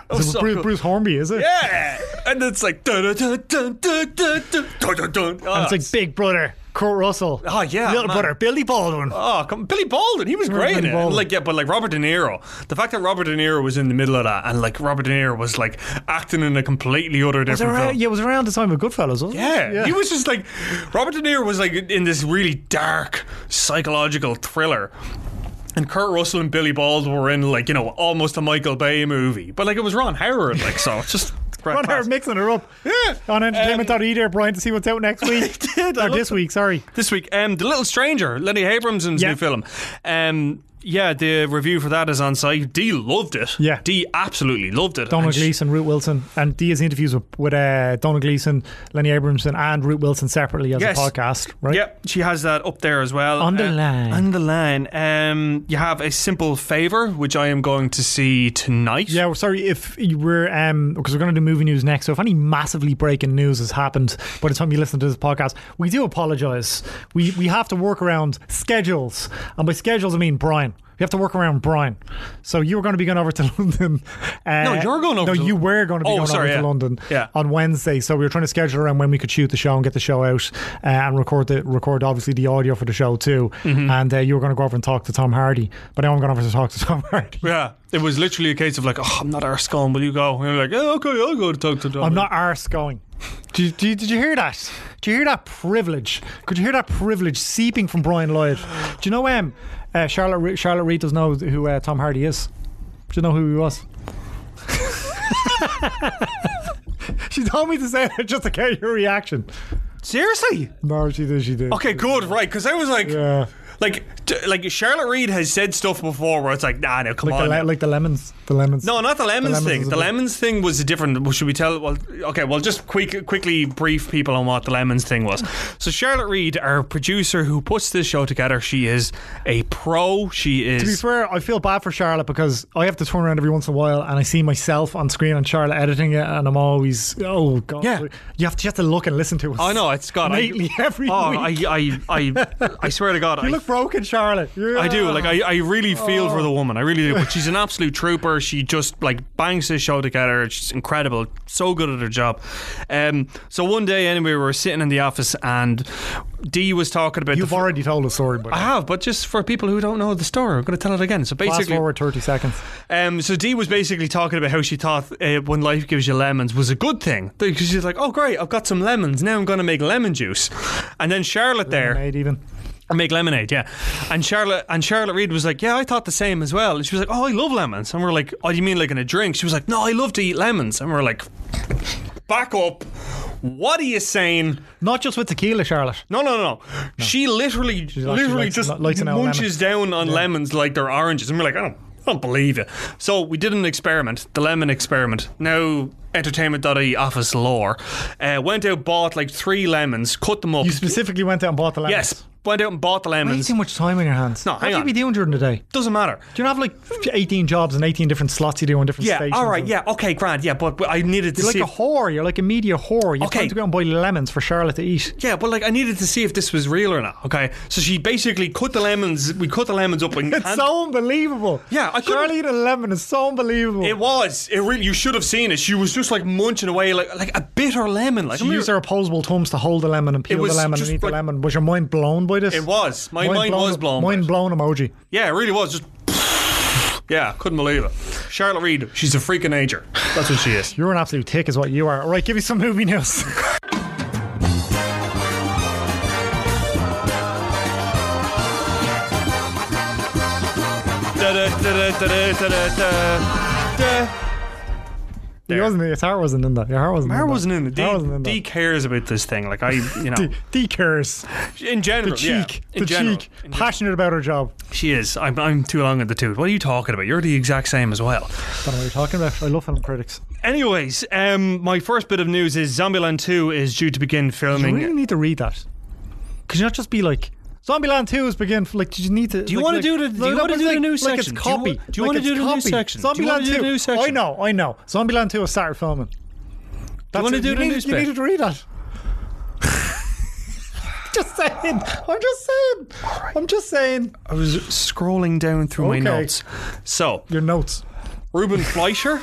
Speaker 3: Is
Speaker 4: Oh,
Speaker 3: it
Speaker 4: so
Speaker 3: Bruce,
Speaker 4: cool.
Speaker 3: Bruce Hornby, is it?
Speaker 4: Yeah, and it's like dun dun dun dun dun dun dun dun. dun. Oh,
Speaker 3: And it's like Big Brother, Kurt Russell.
Speaker 4: Oh, yeah,
Speaker 3: Little
Speaker 4: man.
Speaker 3: Brother, Billy Baldwin.
Speaker 4: Oh, come, Billy Baldwin, he was
Speaker 3: Remember
Speaker 4: great. in
Speaker 3: Billy
Speaker 4: it.
Speaker 3: Baldwin?
Speaker 4: Like, yeah, but like Robert De Niro, the fact that Robert De Niro was in the middle of that, and like Robert De Niro was like acting in a completely other
Speaker 3: was it
Speaker 4: different
Speaker 3: around,
Speaker 4: film.
Speaker 3: yeah, it was around the time of Goodfellas, wasn't
Speaker 4: Yeah.
Speaker 3: it? Yeah.
Speaker 4: he was just like Robert De Niro was like in this really dark psychological thriller. And Kurt Russell and Billy Baldwin were in like you know almost a Michael Bay movie, but like it was Ron Howard, like so it's just grand
Speaker 3: Ron
Speaker 4: class.
Speaker 3: Howard mixing her up. Yeah. On entertainment.e there, Brian, to see what's out next week. Or this week, sorry.
Speaker 4: this week. Um, the Little Stranger, Lenny Abramson's
Speaker 3: Yeah.
Speaker 4: new film. Um, yeah, the review for that is on site. Dee loved it.
Speaker 3: Yeah.
Speaker 4: Dee absolutely loved it.
Speaker 3: Donald
Speaker 4: And she-
Speaker 3: Gleason, Root Wilson, and Dia's interviews with, with uh, Donald Gleason, Lenny Abramson, and Root Wilson separately as
Speaker 4: Yes.
Speaker 3: a podcast, right?
Speaker 4: Yep, she has that up there as well.
Speaker 3: On the
Speaker 4: Uh,
Speaker 3: line.
Speaker 4: On the line. Um, you have a simple favor, which I am going to see tonight.
Speaker 3: Yeah, well, sorry if you were um because we're going to do movie news next. So if any massively breaking news has happened by the time you listen to this podcast, we do apologize. We we have to work around schedules, and by schedules I mean Brian. We have to work around Brian. So you were going to be going over to London. Uh,
Speaker 4: No, you're going over
Speaker 3: No,
Speaker 4: to-
Speaker 3: you were going to be
Speaker 4: Oh,
Speaker 3: going
Speaker 4: sorry,
Speaker 3: over
Speaker 4: yeah.
Speaker 3: to London
Speaker 4: Yeah.
Speaker 3: on Wednesday. So we were trying to schedule around when we could shoot the show and get the show out uh, and record the record obviously the audio for the show too.
Speaker 4: Mm-hmm.
Speaker 3: And uh, you were going to go over and talk to Tom Hardy, but now I'm going over to talk to Tom Hardy.
Speaker 4: Yeah, it was literally a case of like, oh, I'm not arse going, will you go? And you're like, oh, okay, I'll go to talk to Donald.
Speaker 3: I'm not arse going. Did you, did, you, did you hear that? Did you hear that privilege? Could you hear that privilege seeping from Brian Lloyd? Do you know um, uh, Charlotte Re- Charlotte Reed does know who uh, Tom Hardy is? Do you know who he was? she told me to say it just to get your reaction.
Speaker 4: Seriously?
Speaker 3: No, she did. She did.
Speaker 4: Okay, good, right? Because I was like,
Speaker 3: Yeah.
Speaker 4: like, t- like Charlotte Reed has said stuff before where it's like, nah, no, come
Speaker 3: Like the,
Speaker 4: on.
Speaker 3: le- like the lemons. The lemons.
Speaker 4: No, not the lemons,
Speaker 3: lemons
Speaker 4: thing.
Speaker 3: is a
Speaker 4: The
Speaker 3: bit-
Speaker 4: lemons thing was a different. well, Should we tell? Well, okay. Well, just quick, quickly brief people on what the lemons thing was. So Charlotte Reed, our producer who puts this show together, she is a pro. She is.
Speaker 3: To be fair, I feel bad for Charlotte because I have to turn around every once in a while and I see myself on screen and Charlotte editing it, and I'm always, oh god,
Speaker 4: Yeah.
Speaker 3: you have to you have to look and listen to us.
Speaker 4: oh no, it's God.
Speaker 3: innately
Speaker 4: I,
Speaker 3: every
Speaker 4: oh,
Speaker 3: week.
Speaker 4: I, I, I, I swear to God, I
Speaker 3: you look Oh. broken, Charlotte. You're-
Speaker 4: I do. Like I, I really feel for the woman. I really do. But she's an absolute trooper. She just like bangs this show together. She's incredible. So good at her job. Um. So one day, anyway, we were sitting in the office, and Dee was talking about.
Speaker 3: You've
Speaker 4: the f-
Speaker 3: already told a story, but
Speaker 4: I have, but just for people who don't know the story, I'm going to tell it again. So
Speaker 3: fast
Speaker 4: basically,
Speaker 3: forward thirty seconds.
Speaker 4: um, so Dee was basically talking about how she thought uh, when life gives you lemons was a good thing because she's like, "Oh, great, I've got some lemons. Now I'm going to make lemon juice." And then Charlotte there,
Speaker 3: Made even.
Speaker 4: Or make lemonade, yeah. And Charlotte and Charlotte Reed was like, Yeah, I thought the same as well. And she was like, Oh, I love lemons. And we're like, Oh, you mean like in a drink? She was like, No, I love to eat lemons. And we're like, Back up. What are you saying?
Speaker 3: Not just with tequila, Charlotte.
Speaker 4: No, no, no. She literally,
Speaker 3: like- she
Speaker 4: literally
Speaker 3: likes-
Speaker 4: just
Speaker 3: li- likes an old
Speaker 4: munches down on lemons like they're oranges. And we're like, I don't, I don't believe it. So we did an experiment, the lemon experiment. Now, entertainment.ie office lore. Uh, went out, bought like three lemons, cut them up.
Speaker 3: You specifically went out and bought the lemons.
Speaker 4: yes. Went out and bought the
Speaker 3: You have
Speaker 4: lemons.
Speaker 3: too much time on your hands.
Speaker 4: No,
Speaker 3: what
Speaker 4: hang
Speaker 3: do you
Speaker 4: on.
Speaker 3: be doing during the day?
Speaker 4: Doesn't matter.
Speaker 3: Do you not have like 18 jobs and 18 different slots you do on different
Speaker 4: Yeah,
Speaker 3: stations?
Speaker 4: all right,
Speaker 3: and-
Speaker 4: yeah, okay, grand, yeah, but, but I needed to
Speaker 3: You're like
Speaker 4: see.
Speaker 3: a
Speaker 4: if-
Speaker 3: whore. You're like a media whore. You have
Speaker 4: Okay.
Speaker 3: time to go out and buy lemons for Charlotte to eat.
Speaker 4: yeah, but like I needed to see if this was real or not. Okay, so she basically cut the lemons. We cut the lemons up and,
Speaker 3: It's
Speaker 4: and
Speaker 3: so unbelievable.
Speaker 4: Yeah, I couldn't-
Speaker 3: Charlotte eat a lemon is so unbelievable.
Speaker 4: it was. It really. You should have seen it. She was just like munching away like like a bitter lemon. Like
Speaker 3: she used her opposable thumbs to hold the lemon and peel the
Speaker 4: was
Speaker 3: lemon and
Speaker 4: just
Speaker 3: eat the
Speaker 4: like-
Speaker 3: lemon. Was your mind blown by this?
Speaker 4: It was. My mind was blown by
Speaker 3: Mind
Speaker 4: it.
Speaker 3: blown emoji.
Speaker 4: yeah, it really was. Just yeah, couldn't believe it. Charlotte Reed. She's a freaking ager. That's what she is.
Speaker 3: You're an absolute tick, is what you are. All right, give me some movie news.
Speaker 4: Da-da-da-da-da-da-da-da.
Speaker 3: He wasn't. His heart wasn't in that. Your heart wasn't.
Speaker 4: Mar
Speaker 3: in
Speaker 4: wasn't in it.
Speaker 3: That. Heart wasn't in
Speaker 4: D, D cares about this thing. Like I, you know,
Speaker 3: that. D, D cares.
Speaker 4: in general,
Speaker 3: The cheek.
Speaker 4: yeah, in
Speaker 3: the
Speaker 4: general,
Speaker 3: cheek. Passionate about her job.
Speaker 4: She is. I'm, I'm too long in the tooth. What are you talking about? You're the exact same as well.
Speaker 3: don't know what you're talking about. I love film critics.
Speaker 4: Anyways, um, my first bit of news is Zombieland 2 is due to begin
Speaker 3: You
Speaker 4: filming.
Speaker 3: really need to read that. Could you not just be like, Zombieland 2 is begin? Like, did you need to? Do
Speaker 4: you
Speaker 3: like,
Speaker 4: wanna
Speaker 3: like,
Speaker 4: do the- do you
Speaker 3: no,
Speaker 4: wanna
Speaker 3: but
Speaker 4: do the
Speaker 3: like-
Speaker 4: news
Speaker 3: like
Speaker 4: section?
Speaker 3: It's
Speaker 4: Do you
Speaker 3: copy.
Speaker 4: wa- do you
Speaker 3: like
Speaker 4: wanna
Speaker 3: it's
Speaker 4: do the
Speaker 3: copy.
Speaker 4: news section? Do you wanna
Speaker 3: Zombieland
Speaker 4: do the
Speaker 3: 2.
Speaker 4: news section?
Speaker 3: I know, I know. Zombieland 2 will start filming. That's
Speaker 4: wanna
Speaker 3: it.
Speaker 4: do the
Speaker 3: need,
Speaker 4: news
Speaker 3: You
Speaker 4: bit?
Speaker 3: needed to read that. just saying. I'm just saying. I'm just saying.
Speaker 4: I was scrolling down through
Speaker 3: Okay.
Speaker 4: my notes. So,
Speaker 3: Your notes.
Speaker 4: Ruben Fleischer,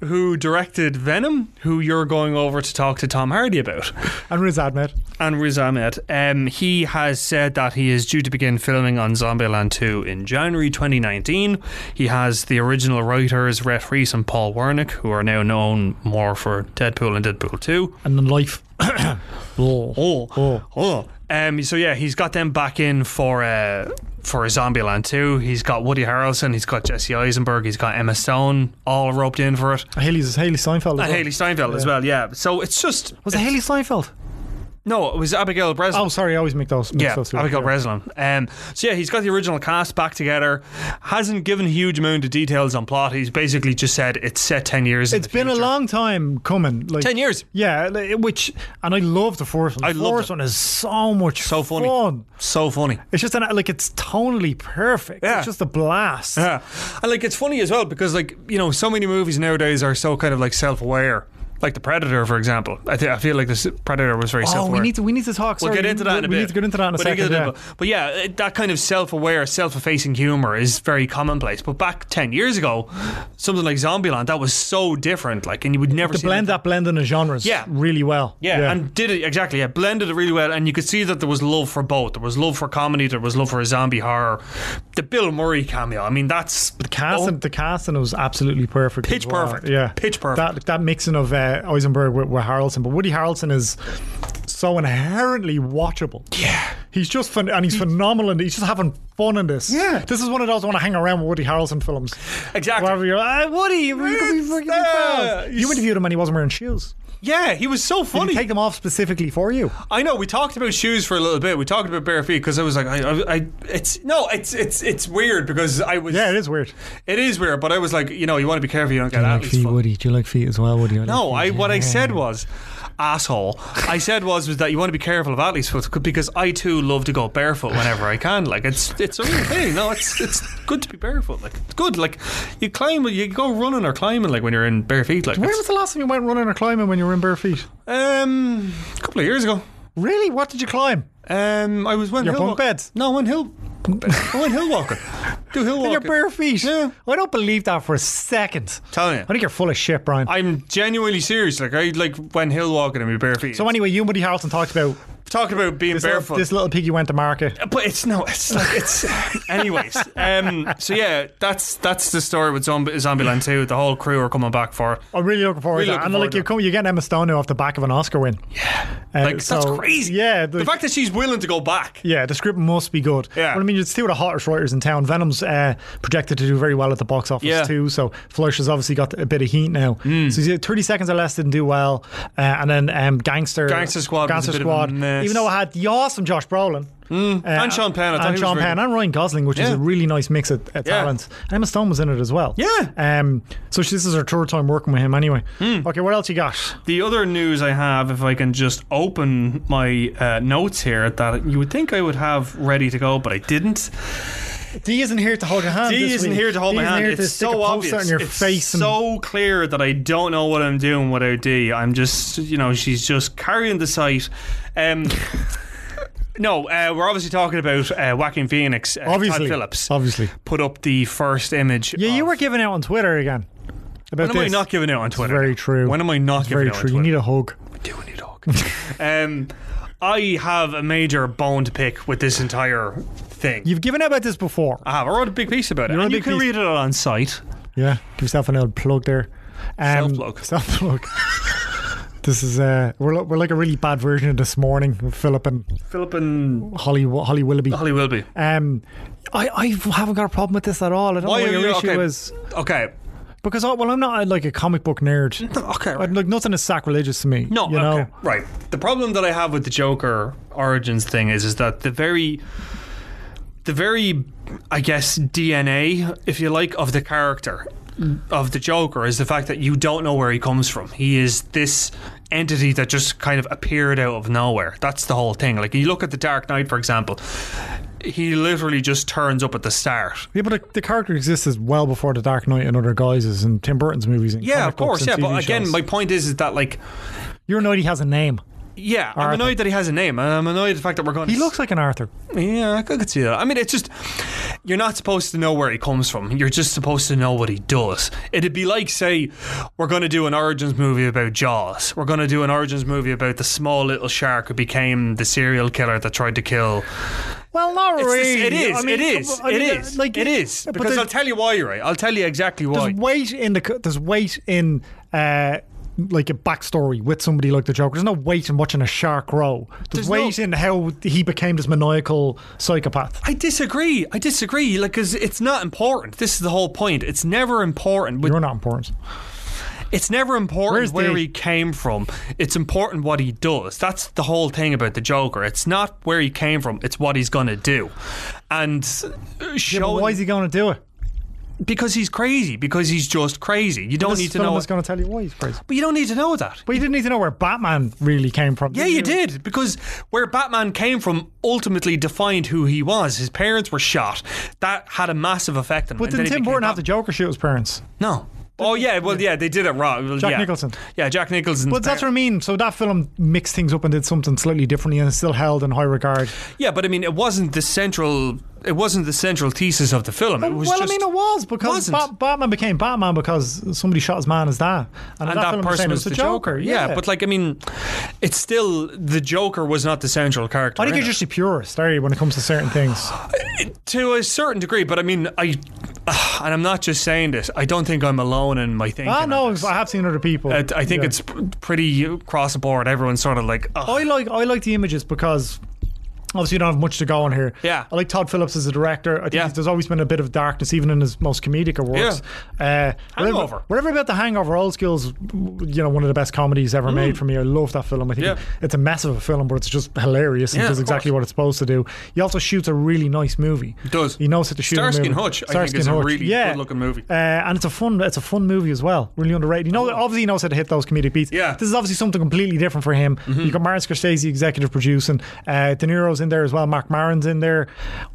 Speaker 4: who directed Venom, who you're going over to talk to Tom Hardy about,
Speaker 3: And Riz Ahmed.
Speaker 4: and Riz Ahmed, um, he has said that he is due to begin filming on Zombieland 2 in January 2019. He has the original writers, Rhett Reese and Paul Wernick, who are now known more for Deadpool and Deadpool 2.
Speaker 3: And then life. oh.
Speaker 4: Oh,
Speaker 3: Oh.
Speaker 4: oh. Um, so yeah, he's got them back in for uh, for Zombieland 2. He's got Woody Harrelson, he's got Jesse Eisenberg, he's got Emma Stone, all roped in for it.
Speaker 3: Haley's Haley Seinfeld. as
Speaker 4: And
Speaker 3: well.
Speaker 4: Haley Steinfeld as well, yeah. So it's just
Speaker 3: Was it Haley Seinfeld?
Speaker 4: no, it was Abigail Breslin.
Speaker 3: Oh, sorry, I always make those. mix
Speaker 4: Yeah,
Speaker 3: those two up,
Speaker 4: Abigail
Speaker 3: yeah.
Speaker 4: Breslin. Um, so yeah, he's got the original cast back together. Hasn't given a huge amount of details on plot. He's basically just said it's set ten years.
Speaker 3: It's been a long time coming. Like
Speaker 4: 10 years.
Speaker 3: Yeah, li- which and I love the first one. The
Speaker 4: I loved
Speaker 3: first
Speaker 4: it.
Speaker 3: one is so much
Speaker 4: So funny.
Speaker 3: fun.
Speaker 4: so funny.
Speaker 3: It's just an, like it's tonally perfect.
Speaker 4: Yeah.
Speaker 3: It's just a blast.
Speaker 4: Yeah, and like it's funny as well because like you know so many movies nowadays are so kind of like self-aware. Like the Predator, for example. I th- I feel like this Predator was very
Speaker 3: Oh,
Speaker 4: self-aware.
Speaker 3: we need to we need to talk.
Speaker 4: We'll
Speaker 3: sorry,
Speaker 4: get into that
Speaker 3: we,
Speaker 4: in a
Speaker 3: we
Speaker 4: bit.
Speaker 3: need to get into that in a
Speaker 4: We'll
Speaker 3: second.
Speaker 4: get
Speaker 3: yeah.
Speaker 4: into it. But yeah, it- that kind of self-aware, self-effacing humor is very commonplace. But back ten years ago, something like Zombieland that was so different. Like, and you would never
Speaker 3: The
Speaker 4: see
Speaker 3: blend
Speaker 4: that.
Speaker 3: that blending of genres.
Speaker 4: Yeah.
Speaker 3: really well.
Speaker 4: Yeah, and did it exactly. Yeah, blended it really well, and you could see that there was love for both. There was love for comedy. There was love for zombie horror. The Bill Murray cameo. I mean, that's the
Speaker 3: casting the casting was absolutely perfect. as
Speaker 4: Oh. Pitch
Speaker 3: well.
Speaker 4: perfect.
Speaker 3: Yeah,
Speaker 4: Pitch perfect.
Speaker 3: That that mixing of uh, Eisenberg with, with Harrelson, but Woody Harrelson is so inherently watchable. Yeah, he's just fun and he's phenomenal. And he's just having fun in this.
Speaker 4: Yeah.
Speaker 3: this is one of those I want to hang around with Woody Harrelson films.
Speaker 4: Exactly.
Speaker 3: Wherever you're, like, "Ah, Woody, you could be
Speaker 4: It's
Speaker 3: freaking
Speaker 4: there.
Speaker 3: fast."
Speaker 4: He's-
Speaker 3: You interviewed him and he wasn't wearing shoes.
Speaker 4: Yeah, he was so
Speaker 3: Did
Speaker 4: funny.
Speaker 3: he take them off specifically for you?
Speaker 4: I know we talked about shoes for a little bit. We talked about bare feet because I was like, I, I, I, it's no, it's it's it's weird because I was.
Speaker 3: Yeah, it is weird.
Speaker 4: It is weird, but I was like, you know, you want to be careful you don't get athlete's foot.
Speaker 3: Woody? Do you like feet as well, Woody?
Speaker 4: No, I what I said was, asshole. I said was was that you want to be careful of athlete's foot c- because I too love to go barefoot whenever I can. Like it's it's a real thing. No, it's it's good to be barefoot. Like it's good. Like you climb, you go running or climbing like when you're in bare feet. Like
Speaker 3: Where
Speaker 4: it's-
Speaker 3: was the last time you went running or climbing when you were in bare feet?
Speaker 4: um a couple of years ago.
Speaker 3: Really? What did you climb?
Speaker 4: Um, I was when
Speaker 3: Your
Speaker 4: hill
Speaker 3: bunk
Speaker 4: walk-
Speaker 3: beds?
Speaker 4: No, when hill. I went hill walking. Do hill walking.
Speaker 3: In your bare feet.
Speaker 4: Yeah.
Speaker 3: I don't believe that for a second.
Speaker 4: Telling you.
Speaker 3: I think you're full of shit, Brian.
Speaker 4: I'm genuinely serious. Like I like went hill walking in my bare feet.
Speaker 3: so anyway, you and Woody Harrelson talked about
Speaker 4: talking about being
Speaker 3: This
Speaker 4: barefoot.
Speaker 3: little, this little piggy went to market.
Speaker 4: but it's no, it's like it's. anyways, um, so yeah, that's that's the story with Zombie Zombieland Two. The whole crew are coming back for.
Speaker 3: I'm really looking forward
Speaker 4: Really
Speaker 3: to it.
Speaker 4: looking
Speaker 3: And like
Speaker 4: forward to
Speaker 3: you're
Speaker 4: it.
Speaker 3: coming, you're getting Emma Stone now off the back of an Oscar win. Yeah,
Speaker 4: Like that's crazy.
Speaker 3: Yeah,
Speaker 4: the
Speaker 3: like-
Speaker 4: fact that she's willing to go back.
Speaker 3: Yeah, the script must be good.
Speaker 4: Yeah.
Speaker 3: Well, I mean, it's two of the hottest writers in town. Venom's uh, projected to do very well at the box office
Speaker 4: Yeah. Hmm.
Speaker 3: too. So Flush has obviously got a bit of heat now. So he's, 30 Seconds or Less didn't do well, uh, and then um, Gangster
Speaker 4: Gangster Squad was a
Speaker 3: Gangster
Speaker 4: bit of a
Speaker 3: Squad.
Speaker 4: mess. Hmm.
Speaker 3: Even though I had the awesome Josh Brolin. uh,
Speaker 4: And Sean Penn, I
Speaker 3: and
Speaker 4: thought he was
Speaker 3: Sean
Speaker 4: very
Speaker 3: Penn and Ryan Gosling, which is
Speaker 4: Yeah.
Speaker 3: a really nice mix of, of
Speaker 4: Yeah.
Speaker 3: talent. And Emma Stone was in it as well.
Speaker 4: Yeah. Hmm.
Speaker 3: Um. So she- this is her third time working with him, anyway. Okay, what else you got?
Speaker 4: The other news I have, if I can just open my uh, notes here, that you would think I would have ready to go, but I didn't.
Speaker 3: Dee isn't here to hold your hand.
Speaker 4: D
Speaker 3: this
Speaker 4: isn't
Speaker 3: week.
Speaker 4: here to hold
Speaker 3: Dee
Speaker 4: my
Speaker 3: isn't
Speaker 4: hand.
Speaker 3: here to
Speaker 4: It's
Speaker 3: stick a
Speaker 4: so
Speaker 3: poster
Speaker 4: obvious.
Speaker 3: in your
Speaker 4: it's
Speaker 3: face. and-
Speaker 4: so clear that I don't know what I'm doing without D. I'm just, you know, she's just carrying the site. Um, no, uh, we're obviously talking about uh, Joaquin Phoenix. Uh,
Speaker 3: obviously,
Speaker 4: Todd Phillips
Speaker 3: Obviously.
Speaker 4: put up the first image.
Speaker 3: Yeah, you
Speaker 4: of-
Speaker 3: were giving out on Twitter again. About
Speaker 4: When am I
Speaker 3: this.
Speaker 4: not giving out on Twitter?
Speaker 3: very true.
Speaker 4: When am I not giving
Speaker 3: Very
Speaker 4: out
Speaker 3: true.
Speaker 4: on
Speaker 3: You
Speaker 4: Twitter?
Speaker 3: need a hug.
Speaker 4: do when you talk. um, I have a major bone to pick with this entire thing.
Speaker 3: You've given out about this before.
Speaker 4: I have. I wrote a big piece about it.
Speaker 3: You wrote a
Speaker 4: and you
Speaker 3: big
Speaker 4: can
Speaker 3: piece-
Speaker 4: read it on site.
Speaker 3: Yeah, give yourself an old plug there. Um,
Speaker 4: Self-plug.
Speaker 3: Self plug. this is uh, we're li- we're like a really bad version of this morning, with Philip and
Speaker 4: Philip and
Speaker 3: Holly Holly Willoughby.
Speaker 4: Holly Wilby.
Speaker 3: Um, I I haven't got a problem with this at all. I don't know what your issue is
Speaker 4: Oh, Okay.
Speaker 3: because I, well I'm not uh, like a comic book nerd.
Speaker 4: Okay.
Speaker 3: I'd- like nothing is sacrilegious to me.
Speaker 4: No,
Speaker 3: you know.
Speaker 4: okay. Right. The problem that I have with the Joker origins thing is is that the very the very I guess DNA, if you like, of the character of the Joker is the fact that you don't know where he comes from. He is this entity that just kind of appeared out of nowhere. That's the whole thing. Like you look at the Dark Knight, for example, he literally just turns up at the start.
Speaker 3: Yeah, but the, the character existed well before the Dark Knight and other guises and Tim Burton's movies. And
Speaker 4: Yeah,
Speaker 3: comic
Speaker 4: of
Speaker 3: books
Speaker 4: course. Yeah,
Speaker 3: and
Speaker 4: but
Speaker 3: TV
Speaker 4: again,
Speaker 3: shows.
Speaker 4: my point is is that like,
Speaker 3: You're annoyed he has a name.
Speaker 4: yeah, I'm
Speaker 3: Arthur.
Speaker 4: annoyed that he has a name. and I'm annoyed at the fact that we're going.
Speaker 3: He
Speaker 4: to
Speaker 3: looks like an Arthur.
Speaker 4: Yeah, I could see that. I mean, it's just you're not supposed to know where he comes from. You're just supposed to know what he does. It'd be like, say, we're going to do an origins movie about Jaws. We're going to do an origins movie about the small little shark who became the serial killer that tried to kill.
Speaker 3: Well, not
Speaker 4: It's
Speaker 3: really.
Speaker 4: this- it is.
Speaker 3: I mean,
Speaker 4: it is.
Speaker 3: I mean,
Speaker 4: it is.
Speaker 3: Like
Speaker 4: it is.
Speaker 3: But
Speaker 4: Because I'll
Speaker 3: there's,
Speaker 4: tell you why you're right. I'll tell you exactly why.
Speaker 3: there's weight in the. co- There's weight in. Uh, like a backstory with somebody like the Joker. There's no weight in watching a shark grow. There's,
Speaker 4: There's
Speaker 3: weight in how he became this maniacal psychopath.
Speaker 4: I disagree. I disagree. Like, 'cause it's not important. This is the whole point. It's never important. With
Speaker 3: You're not important.
Speaker 4: It's never
Speaker 3: Where's
Speaker 4: important where
Speaker 3: the-
Speaker 4: he came from. It's important what he does. That's the whole thing about the Joker. It's not where he came from. It's what he's gonna do, and uh,
Speaker 3: Yeah, but
Speaker 4: show
Speaker 3: why is he going to do it?
Speaker 4: because he's crazy. Because he's just crazy. You don't
Speaker 3: This
Speaker 4: need to
Speaker 3: film
Speaker 4: know.
Speaker 3: is going to tell you why he's crazy.
Speaker 4: but you don't need to know that.
Speaker 3: But you didn't need to know where Batman really came from.
Speaker 4: Yeah, you did because where Batman came from ultimately defined who he was. His parents were shot. That had a massive effect on him.
Speaker 3: But
Speaker 4: and
Speaker 3: didn't
Speaker 4: then he
Speaker 3: Tim
Speaker 4: became
Speaker 3: Burton have
Speaker 4: Batman.
Speaker 3: the Joker shoot his parents?
Speaker 4: No. Oh yeah, well yeah, they did it wrong. Well,
Speaker 3: Jack
Speaker 4: yeah.
Speaker 3: Nicholson.
Speaker 4: Yeah, Jack Nicholson.
Speaker 3: But that's what I mean. So that film mixed things up and did something slightly differently and is still held in high regard.
Speaker 4: Yeah, but I mean, it wasn't the central. It wasn't the central thesis of the film. It was
Speaker 3: well,
Speaker 4: just,
Speaker 3: I mean, it was because
Speaker 4: wasn't.
Speaker 3: Bat- Batman became Batman because somebody shot his man as that, and, in
Speaker 4: and that,
Speaker 3: film
Speaker 4: person
Speaker 3: was
Speaker 4: was the Joker. Yeah. but like, I mean, it's still the Joker was not the central character.
Speaker 3: I think
Speaker 4: in
Speaker 3: you're
Speaker 4: it.
Speaker 3: just a purist, are you, when it comes to certain things?
Speaker 4: to a certain degree, but I mean, I uh, and I'm not just saying this. I don't think I'm alone in my thinking.
Speaker 3: I
Speaker 4: on
Speaker 3: know
Speaker 4: this.
Speaker 3: I have seen other people.
Speaker 4: I, I think
Speaker 3: Ah, Yeah.
Speaker 4: it's p- pretty across the board. Everyone's sort of like, oh,
Speaker 3: I like I like the images because. Obviously, you don't have much to go on here.
Speaker 4: Yeah.
Speaker 3: I like Todd Phillips as a director. I think
Speaker 4: Yeah.
Speaker 3: he's- there's always been a bit of darkness, even in his most comedic of works. Uh, whatever-
Speaker 4: Hangover.
Speaker 3: Whatever about the Hangover, Old School's, you know, one of the best comedies ever made for me. I love that film. I think
Speaker 4: Mm. Yeah.
Speaker 3: it's a mess of a film, but it's just hilarious and
Speaker 4: Yeah,
Speaker 3: does
Speaker 4: of
Speaker 3: exactly
Speaker 4: course.
Speaker 3: what it's supposed to do. He also shoots a really nice movie. He
Speaker 4: does.
Speaker 3: He knows how to shoot a
Speaker 4: Starsky
Speaker 3: movie.
Speaker 4: and Hutch, I think,
Speaker 3: Starsky
Speaker 4: is
Speaker 3: and
Speaker 4: a
Speaker 3: Hutch.
Speaker 4: really
Speaker 3: yeah.
Speaker 4: good-looking movie. Oh.
Speaker 3: Uh, and it's a fun, it's a fun movie as well. Really underrated. You know, obviously he knows how to hit those comedic beats.
Speaker 4: Yeah.
Speaker 3: This is obviously something completely different for him.
Speaker 4: Mm-hmm.
Speaker 3: You got Martin Scorsese executive producing. Uh, De Niro's in there as well. Mark Maron's in there.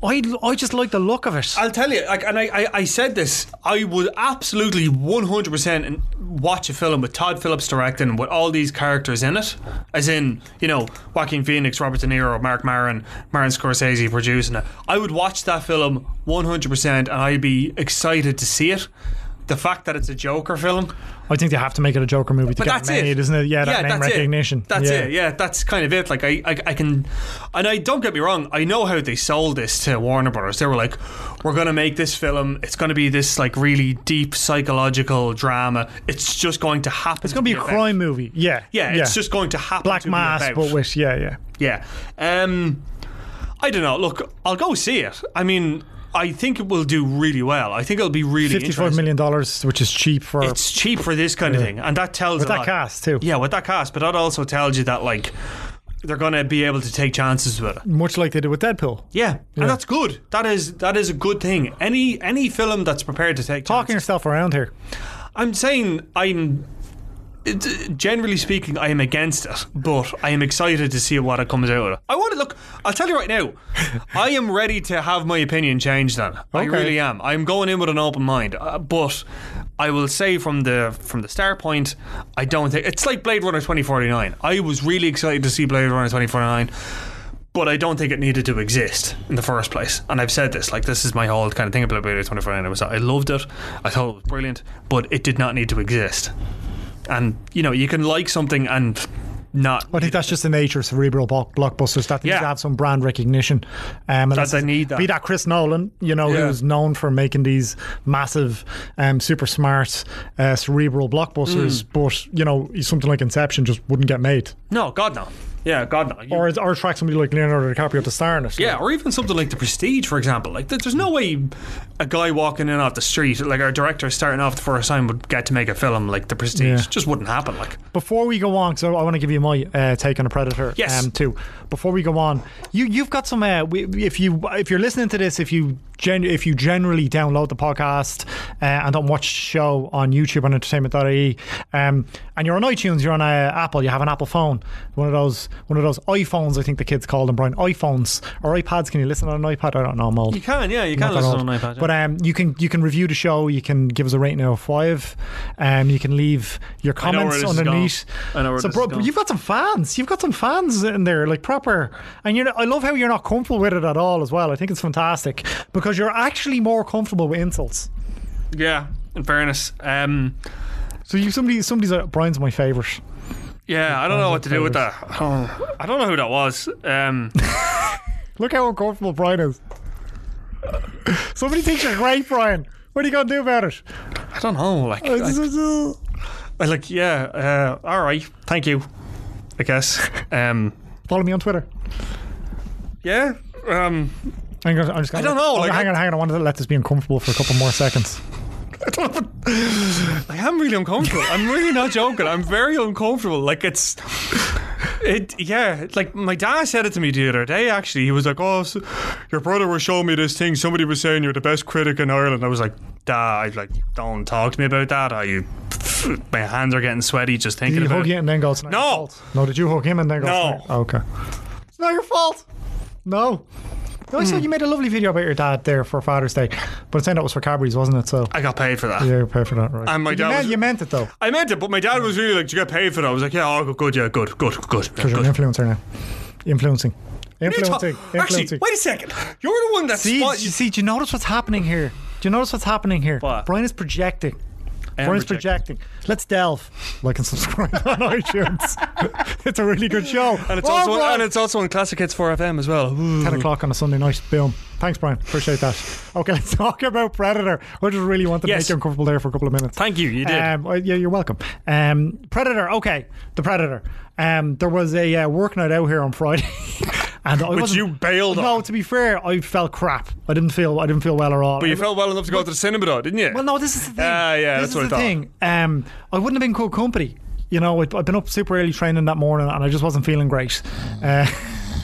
Speaker 3: I I just like the look of it.
Speaker 4: I'll tell you, like, and I, I, I said this, I would absolutely 100% and watch a film with Todd Phillips directing with all these characters in it, as in, you know, Joaquin Phoenix, Robert De Niro, Mark Maron, Martin Scorsese producing it. I would watch that film 100% and I'd be excited to see it. the fact that it's a Joker film.
Speaker 3: I think they have to make it a Joker movie to
Speaker 4: But
Speaker 3: get
Speaker 4: that's
Speaker 3: made,
Speaker 4: it,
Speaker 3: isn't it? Yeah, that name
Speaker 4: that's
Speaker 3: recognition.
Speaker 4: It. That's
Speaker 3: yeah.
Speaker 4: it. Yeah, that's kind of it. Like I, I, I can, and I don't get me wrong. I know how they sold this to Warner Brothers. They were like, "We're going to make this film. It's going to be this like really deep psychological drama. It's just going to happen.
Speaker 3: It's gonna be a crime movie. Yeah,
Speaker 4: Yeah, it's just going to happen.
Speaker 3: Black
Speaker 4: to be
Speaker 3: Mass,
Speaker 4: about.
Speaker 3: but with yeah, yeah.
Speaker 4: Yeah. Um, I don't know. Look, I'll go see it. I mean, I think it will do really well. I think it'll be really
Speaker 3: Fifty-five
Speaker 4: interesting.
Speaker 3: million dollars, which is cheap for
Speaker 4: It's cheap for this kind of thing, and that tells
Speaker 3: with
Speaker 4: a
Speaker 3: that
Speaker 4: lot.
Speaker 3: cast too.
Speaker 4: Yeah, with that cast, but that also tells you that like they're going to be able to take chances with it.
Speaker 3: Much like they did with Deadpool.
Speaker 4: Yeah, and that's good. That is that is a good thing. Any any film that's prepared to take
Speaker 3: Talking
Speaker 4: chances.
Speaker 3: yourself around here.
Speaker 4: I'm saying I'm it- generally speaking, I am against it, but I am excited to see what it comes out of. I want to look. I'll tell you right now, I am ready to have my opinion changed. Then I
Speaker 3: Okay.
Speaker 4: really am. I'm going in with an open mind, uh, but I will say from the from the start point, I don't think it's like Blade Runner 2049. I was really excited to see Blade Runner 2049. But I don't think it needed to exist in the first place. And I've said this, like this is my whole kind of thing about Blade Runner 2049. It was that I loved it, I thought it was brilliant, but it did not need to exist and you know you can like something and not
Speaker 3: I think that's just the nature of cerebral block- blockbusters that they
Speaker 4: Yeah.
Speaker 3: need to have some brand recognition. Um, and that's-
Speaker 4: they need that.
Speaker 3: Be that Chris Nolan, you know,
Speaker 4: Yeah.
Speaker 3: who's known for making these massive, um, super smart, uh, cerebral
Speaker 4: Mm.
Speaker 3: blockbusters, but, you know, something like Inception just wouldn't get made.
Speaker 4: no god no yeah god no You-
Speaker 3: Or, or attract somebody like Leonardo DiCaprio to star in it.
Speaker 4: yeah or even something like the prestige for example like there- there's no way a guy walking in off the street like our director starting off the first time would get to make a film like the prestige
Speaker 3: Yeah.
Speaker 4: just wouldn't happen like
Speaker 3: Before we go on, so I want to give you my uh, take on a predator.
Speaker 4: Yes.
Speaker 3: Um, too. Before we go on, you you've got some. Uh, we- if you if you're listening to this, if you gen, if you generally download the podcast uh, and don't watch the show on YouTube on Entertainment.ie, um, and you're on iTunes, you're on uh, Apple, you have an Apple phone, one of those one of those iPhones. I think the kids call them Brian iPhones or iPads. Can you listen on an iPad? I don't know. I'm old.
Speaker 4: you can yeah you
Speaker 3: Not
Speaker 4: can
Speaker 3: that
Speaker 4: listen
Speaker 3: old.
Speaker 4: on an iPad yeah.
Speaker 3: But um, you can you can review the show. You can give us a rating out of five. Um, you can leave your
Speaker 4: know where
Speaker 3: comments
Speaker 4: this is
Speaker 3: underneath.
Speaker 4: going. I know where
Speaker 3: so,
Speaker 4: this
Speaker 3: bro,
Speaker 4: is going.
Speaker 3: you've got some fans. You've got some fans in there, like proper. And you're. not- I love how you're not comfortable with it at all as well. I think it's fantastic because you're actually more comfortable with insults.
Speaker 4: yeah in fairness um
Speaker 3: So you somebody somebody's like, Brian's my favorite.
Speaker 4: yeah I don't know what to do with that I don't, I don't know who that was um
Speaker 3: Look how uncomfortable Brian is. Somebody thinks you're great, Brian. What are you gonna do about it?
Speaker 4: I don't know like I- I like yeah uh, all right thank you I guess um
Speaker 3: Follow me on Twitter.
Speaker 4: yeah um
Speaker 3: I'm, gonna, I'm just gonna,
Speaker 4: I don't know,
Speaker 3: I'm
Speaker 4: like,
Speaker 3: hang
Speaker 4: I-
Speaker 3: on, hang on. I wanted to let this be uncomfortable for a couple more seconds.
Speaker 4: I am really uncomfortable. I'm really not joking. I'm very uncomfortable. Like it's, it yeah. it's Like my dad said it to me the other day. Actually, he was like, "Oh, so your brother was showing me this thing. Somebody was saying you're the best critic in Ireland." I was like, "Dad, I like don't talk to me about that. I, my hands are getting sweaty just
Speaker 3: Did
Speaker 4: thinking
Speaker 3: you
Speaker 4: about
Speaker 3: hug
Speaker 4: it."
Speaker 3: you and then go? It's not
Speaker 4: No.
Speaker 3: Your fault. No. Did you hug him and then go?
Speaker 4: No.
Speaker 3: "It's not- oh, okay. It's not your fault. No. No, I
Speaker 4: Hmm.
Speaker 3: saw you made a lovely video about your dad there for Father's Day, but it's saying that was for Cadbury's, wasn't it? So
Speaker 4: I got paid for that.
Speaker 3: yeah, you're paid for that, right?
Speaker 4: And my
Speaker 3: you,
Speaker 4: dad
Speaker 3: meant,
Speaker 4: was-
Speaker 3: you meant it though,
Speaker 4: I meant it, but my dad was really like, "Do you get paid for that?" I was like, "Yeah, oh, good, yeah, good, good, good,
Speaker 3: because you're
Speaker 4: good."
Speaker 3: an influencer now, influencing, influencing,
Speaker 4: Actually,
Speaker 3: influencing.
Speaker 4: wait a second. You're the one that
Speaker 3: see,
Speaker 4: spot-
Speaker 3: you see, do you notice what's happening here? Do you notice what's happening here?
Speaker 4: What?
Speaker 3: Brian is projecting.
Speaker 4: I am
Speaker 3: Brian's
Speaker 4: rejected.
Speaker 3: projecting. Let's delve. Like and subscribe on iTunes. it's a really good show.
Speaker 4: And it's,
Speaker 3: Oh,
Speaker 4: also,
Speaker 3: Brian.
Speaker 4: and it's also on Classic Hits 4FM as well.
Speaker 3: 10 o'clock on a Sunday night. Boom. Thanks, Brian. Appreciate that. Okay, let's talk about Predator. I just really wanted to
Speaker 4: Yes.
Speaker 3: make you uncomfortable there for a couple of minutes.
Speaker 4: Thank you, you did.
Speaker 3: Um, uh, yeah, you're welcome. Um, Predator. Okay, the Predator. Um, there was a uh, work night out here on Friday, and I was
Speaker 4: you bailed
Speaker 3: No,
Speaker 4: on.
Speaker 3: to be fair, I felt crap. I didn't feel. I didn't feel well at all.
Speaker 4: But you felt well enough to go to the cinema, though, didn't you?
Speaker 3: Well, no, this is the thing.
Speaker 4: Ah, yeah,
Speaker 3: this
Speaker 4: that's what
Speaker 3: is
Speaker 4: I
Speaker 3: the
Speaker 4: thought.
Speaker 3: thing. Um, I wouldn't have been good company. You know, I'd, I'd been up super early training that morning, and I just wasn't feeling great. Uh,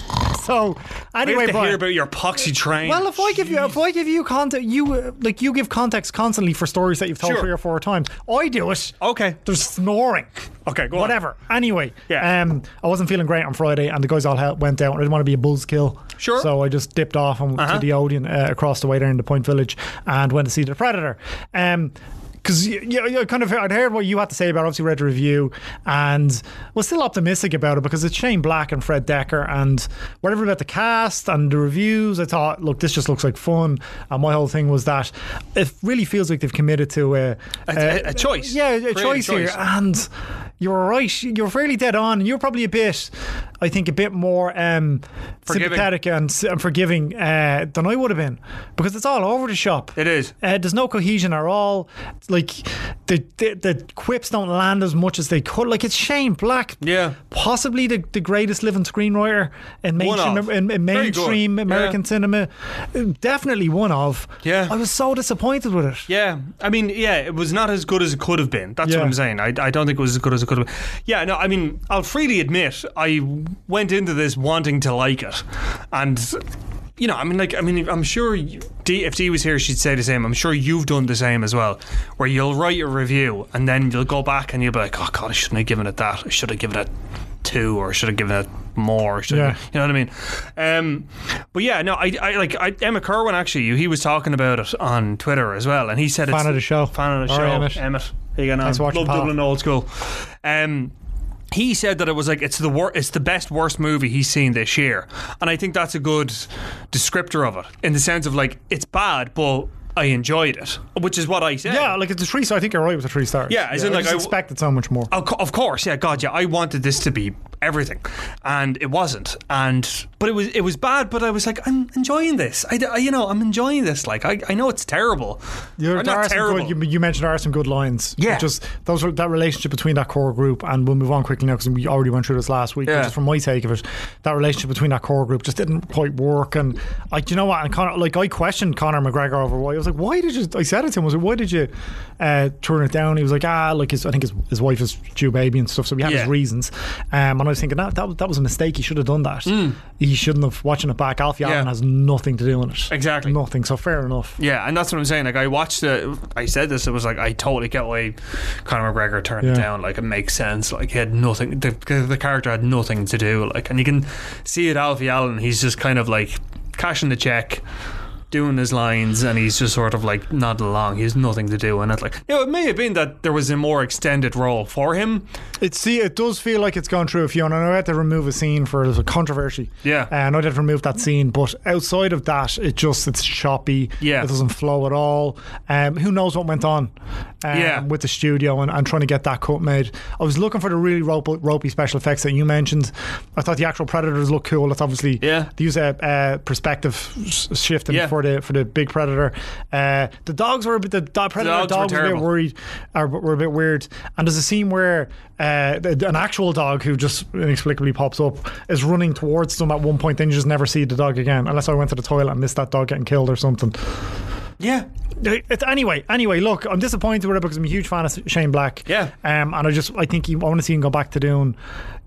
Speaker 3: so,
Speaker 4: We
Speaker 3: anyway,
Speaker 4: have to
Speaker 3: Brian,
Speaker 4: hear about your poxy train.
Speaker 3: well, if I give you if I give you context, you uh, like you give context constantly for stories that you've told
Speaker 4: Sure.
Speaker 3: three or four times. I do it.
Speaker 4: Okay.
Speaker 3: They're snoring.
Speaker 4: Okay, go on.
Speaker 3: Whatever. Anyway,
Speaker 4: Yeah.
Speaker 3: Um, I wasn't feeling great on Friday, and the guys all hel- went out. and I didn't want to be a buzzkill.
Speaker 4: Sure.
Speaker 3: So I just dipped off and went to the Odeon uh, across the way there in the Point Village, and went to see the Predator. Um, because you, you, you kind of I'd heard what you had to say about. it. Obviously, read the review and was still optimistic about it because it's Shane Black and Fred Decker and whatever about the cast and the reviews. I thought, look, this just looks like fun. And my whole thing was that it really feels like they've committed to a,
Speaker 4: A- Uh, a- a choice.
Speaker 3: Yeah, a
Speaker 4: Creative
Speaker 3: choice, here.
Speaker 4: choice.
Speaker 3: And you were right. You were fairly dead on. You were probably a bit, I think, a bit more um,
Speaker 4: Forgiving.
Speaker 3: sympathetic and, s- and forgiving uh, than I would have been because it's all over the shop.
Speaker 4: It is.
Speaker 3: Uh, there's no cohesion at all. It's Like the, the the quips don't land as much as they could. Like it's Shane Black,
Speaker 4: Yeah.
Speaker 3: possibly the, the greatest living screenwriter in mainstream
Speaker 4: of.
Speaker 3: in, in
Speaker 4: Very good.
Speaker 3: mainstream
Speaker 4: Yeah.
Speaker 3: American cinema. Definitely one of.
Speaker 4: Yeah.
Speaker 3: I was so disappointed with it.
Speaker 4: Yeah, I mean, yeah, it was not as good as it could have been. That's
Speaker 3: Yeah.
Speaker 4: what I'm saying. I, I don't think it was as good as it could have been. Yeah, no, I mean, I'll freely admit I went into this wanting to like it, and you know, I mean, like, I mean, I'm sure you- D, if D was here, she'd say the same. I'm sure you've done the same as well, where you'll write a review and then you'll go back and you'll be like, oh god, I shouldn't have given it that. I should have given it two, or I should have given it more. Should
Speaker 3: Yeah.
Speaker 4: yeah. You know what I mean? Um, but yeah, no, I, I like I, Emma Kerwin actually. He was talking about it on Twitter as well, and he said
Speaker 3: Fan
Speaker 4: it's
Speaker 3: of the show.
Speaker 4: fan of the
Speaker 3: All
Speaker 4: show,
Speaker 3: right,
Speaker 4: Emmett.
Speaker 3: Emmett.
Speaker 4: How you going
Speaker 3: Thanks for
Speaker 4: on?
Speaker 3: watching,
Speaker 4: Love
Speaker 3: pal.
Speaker 4: Dublin old school. Um, he said that it was like it's the wor- it's the best worst movie he's seen this year, and I think that's a good descriptor of it in the sense of like it's bad, but I enjoyed it, which is what I said.
Speaker 3: Yeah, like it's a three. So I think you're right with the three stars.
Speaker 4: Yeah, as in,
Speaker 3: I
Speaker 4: like,
Speaker 3: just
Speaker 4: I w-
Speaker 3: expected so much more.
Speaker 4: Of, co- of course, yeah, God, yeah. I wanted this to be everything, and it wasn't. And but it was it was bad. But I was like, I'm enjoying this. I, d- I- you know I'm enjoying this. Like I, I know it's terrible.
Speaker 3: There,
Speaker 4: Or
Speaker 3: there
Speaker 4: not
Speaker 3: are some
Speaker 4: terrible.
Speaker 3: good, you, you mentioned there are some good lines.
Speaker 4: Yeah.
Speaker 3: Just those are that relationship between that core group, and we'll move on quickly now because we already went through this last week. but
Speaker 4: Yeah.
Speaker 3: Just from my take of it, that relationship between that core group just didn't quite work. And like, you know what? And Conor, like, I questioned Conor McGregor over why. I was like, why did you? I said it to him. I was like, why did you uh, turn it down? He was like, ah, like his, I think his, his wife is due baby and stuff. So we had
Speaker 4: Yeah.
Speaker 3: his reasons. Um, and I was thinking that that, was- that was a mistake. He should have done that.
Speaker 4: Mm.
Speaker 3: He shouldn't have watching it back. Alfie Allen has nothing to do with it.
Speaker 4: Exactly.
Speaker 3: Nothing. So fair enough.
Speaker 4: Yeah, and that's what I'm saying. Like I watched it. I said this. It was like I totally get why Conor McGregor turned it
Speaker 3: Yeah.
Speaker 4: down. Like it makes sense. Like he had nothing. The, the character had nothing to do. Like, and you can see it. Alfie Allen. He's just kind of like cashing the check. Doing his lines, and he's just sort of like nodding along. He has nothing to do in it. Like, you know, it may have been that there was a more extended role for him.
Speaker 3: It see it does feel like it's gone through a few, and I know I had to remove a scene for the controversy. Uh,
Speaker 4: Yeah.
Speaker 3: and I know they had to remove that scene, but outside of that, it just it's choppy.
Speaker 4: Yeah.
Speaker 3: it doesn't flow at all. Um, who knows what went on? Um,
Speaker 4: Yeah.
Speaker 3: with the studio and, and trying to get that cut made. I was looking for the really rope, ropey special effects that you mentioned. I thought the actual predators look cool. That's obviously
Speaker 4: Yeah.
Speaker 3: They use a uh, perspective s- shifting
Speaker 4: Yeah.
Speaker 3: for the for the big predator. Uh, the dogs were a bit the dog, predator
Speaker 4: Dogs were
Speaker 3: dogs, were a bit
Speaker 4: terrible.
Speaker 3: worried or were a bit weird. And there's a scene where uh, th- an actual dog who just inexplicably pops up is running towards them at one point. Then you just never see the dog again, unless I went to the toilet and missed that dog getting killed or something.
Speaker 4: Yeah,
Speaker 3: It's, anyway, anyway, look, I'm disappointed with it because I'm a huge fan of Shane Black.
Speaker 4: Yeah.
Speaker 3: um, and I just I think he, I want to see him go back to doing,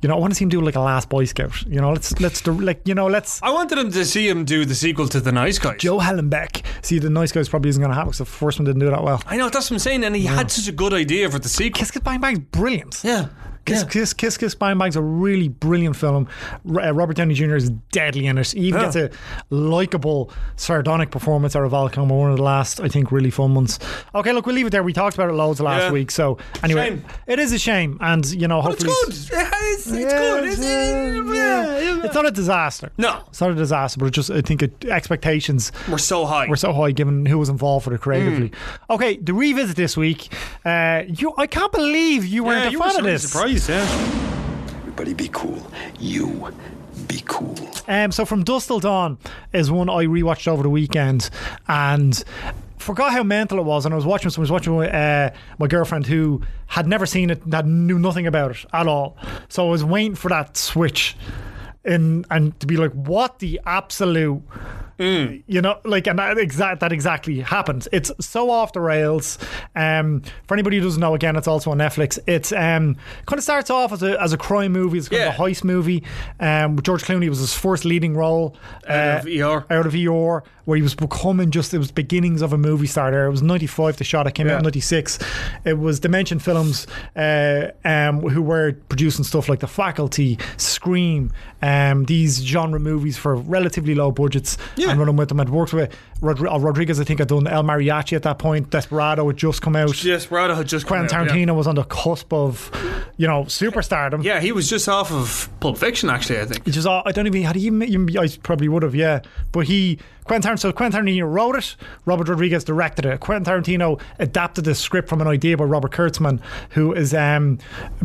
Speaker 3: you know, I want to see him do like a last Boy Scout. You know, let's let's do, like you know let's.
Speaker 4: I wanted him to see him do the sequel to The Nice Guys.
Speaker 3: Joe Hellenbeck. See, the nice guys probably isn't going to happen because the first one didn't do that well.
Speaker 4: I know that's what I'm saying, and he had such a good idea for the sequel.
Speaker 3: Kiss Kiss Bang Bang's brilliant.
Speaker 4: Yeah,
Speaker 3: Kiss,
Speaker 4: yeah.
Speaker 3: Kiss, Kiss, Kiss, Bang Bang's a really brilliant film. R- uh, Robert Downey Jr. is deadly in it. He even
Speaker 4: Yeah.
Speaker 3: gets a likable, sardonic performance out of Val Kilmer, one of the last, I think, really fun ones. Okay, look, we'll leave it there. We talked about it loads last
Speaker 4: Yeah.
Speaker 3: week. So, anyway,
Speaker 4: Shame.
Speaker 3: it is a shame. And, you know,
Speaker 4: It's
Speaker 3: hopefully.
Speaker 4: good. Yeah, It's, it's good. It's,
Speaker 3: uh,
Speaker 4: yeah.
Speaker 3: yeah. It's not a disaster.
Speaker 4: No.
Speaker 3: It's not a disaster, but it just, I think, it, expectations
Speaker 4: We're so high.
Speaker 3: were so high given who was involved with it creatively.
Speaker 4: Mm.
Speaker 3: Okay, the revisit this week. Uh, you, I can't believe you weren't a
Speaker 4: you
Speaker 3: fan
Speaker 4: were
Speaker 3: of
Speaker 4: really
Speaker 3: this.
Speaker 4: surprised, yeah.
Speaker 1: Everybody be cool. You be cool.
Speaker 3: Um, so from Dust Till Dawn is one I rewatched over the weekend and forgot how mental it was. And I was watching, so I was watching with uh, my girlfriend who had never seen it, had knew nothing about it at all. So I was waiting for that switch, in and to be like, what the absolute. You know, like, and that exact that exactly happened. It's so off the rails. Um, for anybody who doesn't know, again, it's also on Netflix. It's um, kind of starts off as a as a crime movie. It's kind of a
Speaker 4: Yeah.
Speaker 3: heist movie. Um, with George Clooney it was his first leading role uh,
Speaker 4: Out of ER.
Speaker 3: out of ER, where he was becoming just it was beginnings of a movie star. There, it was '95 the shot. It came out
Speaker 4: Yeah.
Speaker 3: in '96. It was Dimension Films, uh, um, who were producing stuff like The Faculty, Scream, um, these genre movies for relatively low budgets.
Speaker 4: Yeah.
Speaker 3: and running with them. I'd worked with Rodri- uh, Rodriguez, I think I'd done El Mariachi at that point. Desperado had just come out.
Speaker 4: Yes, Rada had just come
Speaker 3: Quentin
Speaker 4: out, yeah.
Speaker 3: Tarantino was on the cusp of, you know, superstardom.
Speaker 4: Yeah, he was just off of Pulp Fiction, actually. I think.
Speaker 3: Which is all, I don't even had he even- even I probably would have yeah but he Quentin Tarantino so Quentin Tarantino wrote it Robert Rodriguez directed it Quentin Tarantino adapted the script from an idea by Robert Kurtzman who is um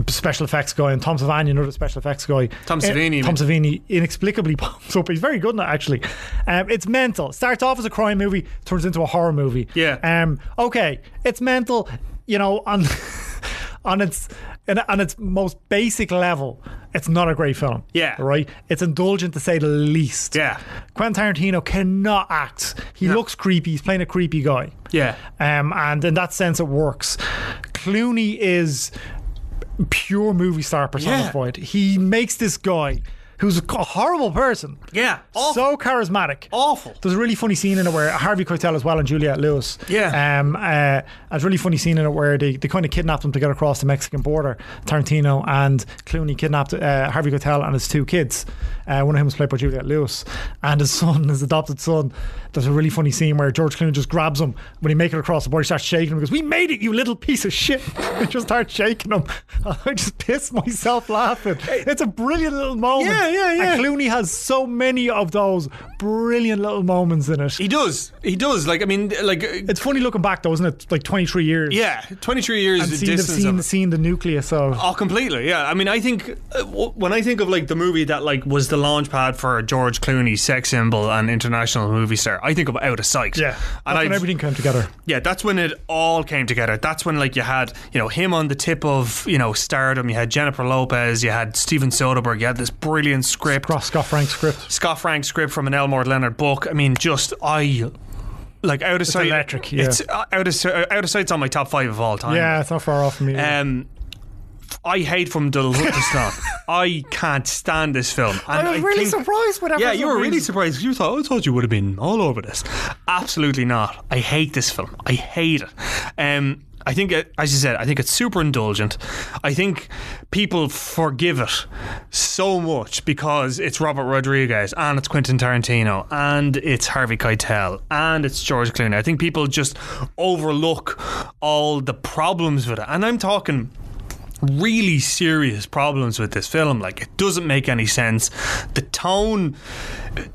Speaker 3: a special effects guy and Tom Savini another special effects guy
Speaker 4: Tom
Speaker 3: Eh,
Speaker 4: Savini, you
Speaker 3: Tom
Speaker 4: mean?
Speaker 3: Savini inexplicably pops up he's very good in it actually um, it's mental starts off as a crime movie turns into a horror movie
Speaker 4: Yeah.
Speaker 3: um okay it's mental you know on on its in- on its most basic level it's not a great film
Speaker 4: Yeah.
Speaker 3: Right? It's indulgent to say the least.
Speaker 4: Yeah.
Speaker 3: Quentin Tarantino cannot act. He looks creepy. He's playing a creepy guy.
Speaker 4: Yeah.
Speaker 3: Um, and in that sense, it works. Clooney is pure movie star personified. He makes this guy who's a horrible person.
Speaker 4: Yeah. Awful.
Speaker 3: So charismatic.
Speaker 4: awful.
Speaker 3: There's a really funny scene in it where Harvey Keitel as well and Juliette Lewis.
Speaker 4: Yeah.
Speaker 3: Um. Uh. There's a really funny scene in it where they, they kind of kidnapped them to get across the Mexican border. Tarantino and Clooney kidnapped uh, Harvey Keitel and his two kids. Uh, one of him is played by Juliette Lewis, and his son, his adopted son. There's a really funny scene where George Clooney just grabs him when he make it across the border. He starts shaking him. He goes, "We made it, you little piece of shit!" He just starts shaking him. I just pissed myself laughing. It's a brilliant little moment.
Speaker 4: Yeah, yeah,
Speaker 3: And
Speaker 4: yeah.
Speaker 3: Clooney has so many of those brilliant little moments in it.
Speaker 4: He does. He does. Like I mean, like uh,
Speaker 3: It's funny looking back though, isn't it? Like 23 years.
Speaker 4: yeah, twenty three years
Speaker 3: And
Speaker 4: of
Speaker 3: seeing, the,
Speaker 4: distance. of
Speaker 3: seeing,
Speaker 4: it.
Speaker 3: seeing the nucleus of.
Speaker 4: Oh, completely. Yeah. I mean, I think uh, w- when I think of like the movie that like was the launch pad for George Clooney's sex symbol and international movie star, I think of Out of Sight.
Speaker 3: yeah. And
Speaker 4: And
Speaker 3: when
Speaker 4: I
Speaker 3: everything came together.
Speaker 4: yeah, that's when it all came together. That's when like you had you know him on the tip of you know stardom. You had Jennifer Lopez. You had Steven Soderbergh. You had this brilliant script.
Speaker 3: Cross Scott Frank script.
Speaker 4: Scott Frank script from an Elmore Leonard book. I mean, just I like out of sight.
Speaker 3: electric, yeah.
Speaker 4: It's uh, out of Si- uh, out of sight's on my top five of all time.
Speaker 3: Yeah, it's not far off from me.
Speaker 4: Um, I hate from the look to start. I can't stand this film. And
Speaker 3: I was really
Speaker 4: think-
Speaker 3: surprised with
Speaker 4: Yeah, you were really surprised. You thought I thought you would have been all over this. Absolutely not. I hate this film. I hate it. Um, I think, it, as you said, I think it's super indulgent. I think people forgive it so much because it's Robert Rodriguez and it's Quentin Tarantino and it's Harvey Keitel and it's George Clooney. I think people just overlook all the problems with it, and I'm talking really serious problems with this film. Like it doesn't make any sense. The tone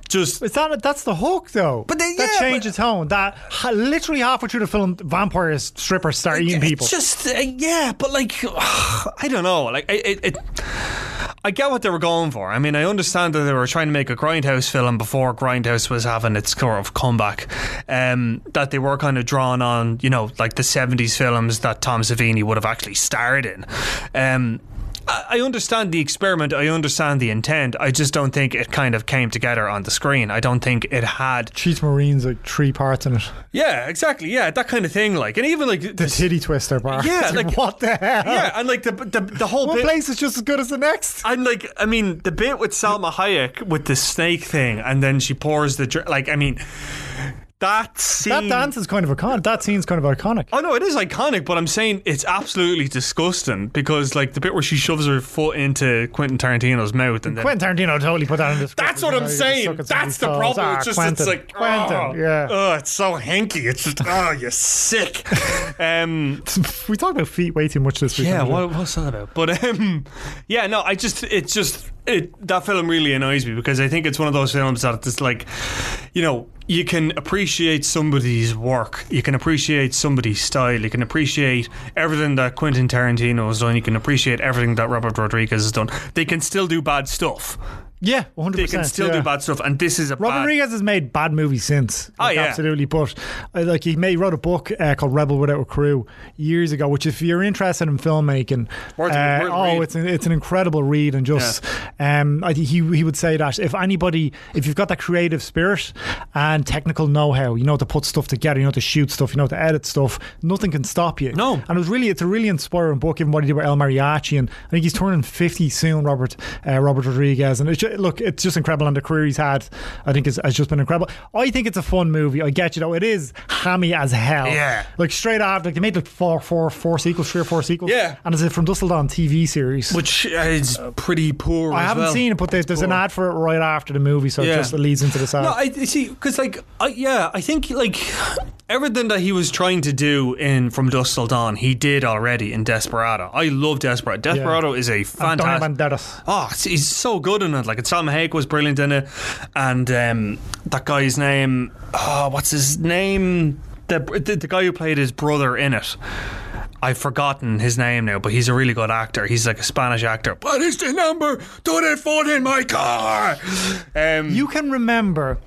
Speaker 4: just
Speaker 3: It's not, that's the hook though.
Speaker 4: But they-
Speaker 3: that
Speaker 4: yeah,
Speaker 3: change
Speaker 4: but-
Speaker 3: of tone. That ha- literally halfway through the film, vampires, strippers start eating people.
Speaker 4: It's just uh, yeah, but like I don't know. Like it, it, it, I get what they were going for. I mean, I understand that they were trying to make a Grindhouse film before Grindhouse was having its sort of comeback. Um, that they were kind of drawn on, you know, like the '70s films that Tom Savini would have actually starred in. Um, I I understand the experiment. I understand the intent. I just don't think it kind of came together on the screen. I don't think it had.
Speaker 3: Cheats Marines, like three parts in it.
Speaker 4: Yeah, exactly. Yeah, that kind of thing. Like, and even like
Speaker 3: The Oh. titty twister bar.
Speaker 4: Yeah,
Speaker 3: It's
Speaker 4: like-
Speaker 3: what the hell?
Speaker 4: yeah, and like the the, the whole
Speaker 3: One
Speaker 4: bit.
Speaker 3: place is just as good as the next.
Speaker 4: I'm like, I mean, the bit with Salma Hayek with the snake thing, and then she pours the dr- like. I mean, that scene.
Speaker 3: That dance is kind of iconic. That scene's kind of iconic.
Speaker 4: Oh no, it is iconic, but I'm saying it's absolutely disgusting because like the bit where she shoves her foot into Quentin Tarantino's mouth, and then
Speaker 3: Quentin Tarantino totally put that in the script.
Speaker 4: that's what
Speaker 3: You know,
Speaker 4: I'm
Speaker 3: you just
Speaker 4: saying.
Speaker 3: suck at somebody's
Speaker 4: That's the
Speaker 3: toes.
Speaker 4: problem.
Speaker 3: Ah,
Speaker 4: it's just
Speaker 3: Quentin.
Speaker 4: it's like
Speaker 3: Quentin,
Speaker 4: oh,
Speaker 3: yeah.
Speaker 4: oh, it's so hanky. It's just oh, you're sick. Um,
Speaker 3: we talked about feet way too much this week.
Speaker 4: Yeah,
Speaker 3: haven't we?
Speaker 4: what, what's that about? But um, yeah, no, I just it's just it that film really annoys me because I think it's one of those films that it's like, you know, you can appreciate somebody's work, you can appreciate somebody's style, you can appreciate everything that Quentin Tarantino has done, you can appreciate everything that Robert Rodriguez has done. They can still do bad stuff.
Speaker 3: yeah, 100%.
Speaker 4: They can still
Speaker 3: yeah.
Speaker 4: do bad stuff, and this is a
Speaker 3: Robert
Speaker 4: bad.
Speaker 3: Rodriguez has made bad movies since.
Speaker 4: Oh,
Speaker 3: Like,
Speaker 4: yeah.
Speaker 3: absolutely. But uh, like he made wrote a book uh, called Rebel Without a Crew years ago. Which, if you're interested in filmmaking,
Speaker 4: Worth a-
Speaker 3: uh,
Speaker 4: worth a
Speaker 3: oh,
Speaker 4: read.
Speaker 3: it's an, it's an incredible read. And just, um, I think he he would say that if anybody, if you've got that creative spirit and technical know-how, you know to put stuff together, you know to shoot stuff, you know to edit stuff, nothing can stop you.
Speaker 4: No.
Speaker 3: and it was really it's a really inspiring book, given what he did with El Mariachi, and I think he's turning fifty soon, Robert uh, Robert Rodriguez, and it's ju- look, it's just incredible, and the career he's had, I think, has, has just been incredible. I think it's a fun movie. I get you though; it is hammy as hell.
Speaker 4: Yeah.
Speaker 3: like straight after, like, they made like four, four, four sequels, three or four sequels.
Speaker 4: Yeah.
Speaker 3: and it's a from Dusseldon TV series.
Speaker 4: which uh, is pretty poor.
Speaker 3: I
Speaker 4: as
Speaker 3: haven't
Speaker 4: well.
Speaker 3: seen it, but there's, there's an ad for it right after the movie, so it
Speaker 4: Yeah.
Speaker 3: just leads into the side.
Speaker 4: No, I you see because like I, yeah, I think like everything that he was trying to do in From Dusk Till Dawn, he did already in Desperado. I love Desperado. Desperado is a
Speaker 3: Antonio
Speaker 4: fantastic.
Speaker 3: Banderas.
Speaker 4: Oh, it's- he's so good in it. Like, and Salma Hayek was brilliant in it, and um, that guy's name. Oh, what's his name? The, the the guy who played his brother in it. I've forgotten his name now, but he's a really good actor. He's like a Spanish actor. What is the number? Do they phone in my car? Um,
Speaker 3: You can remember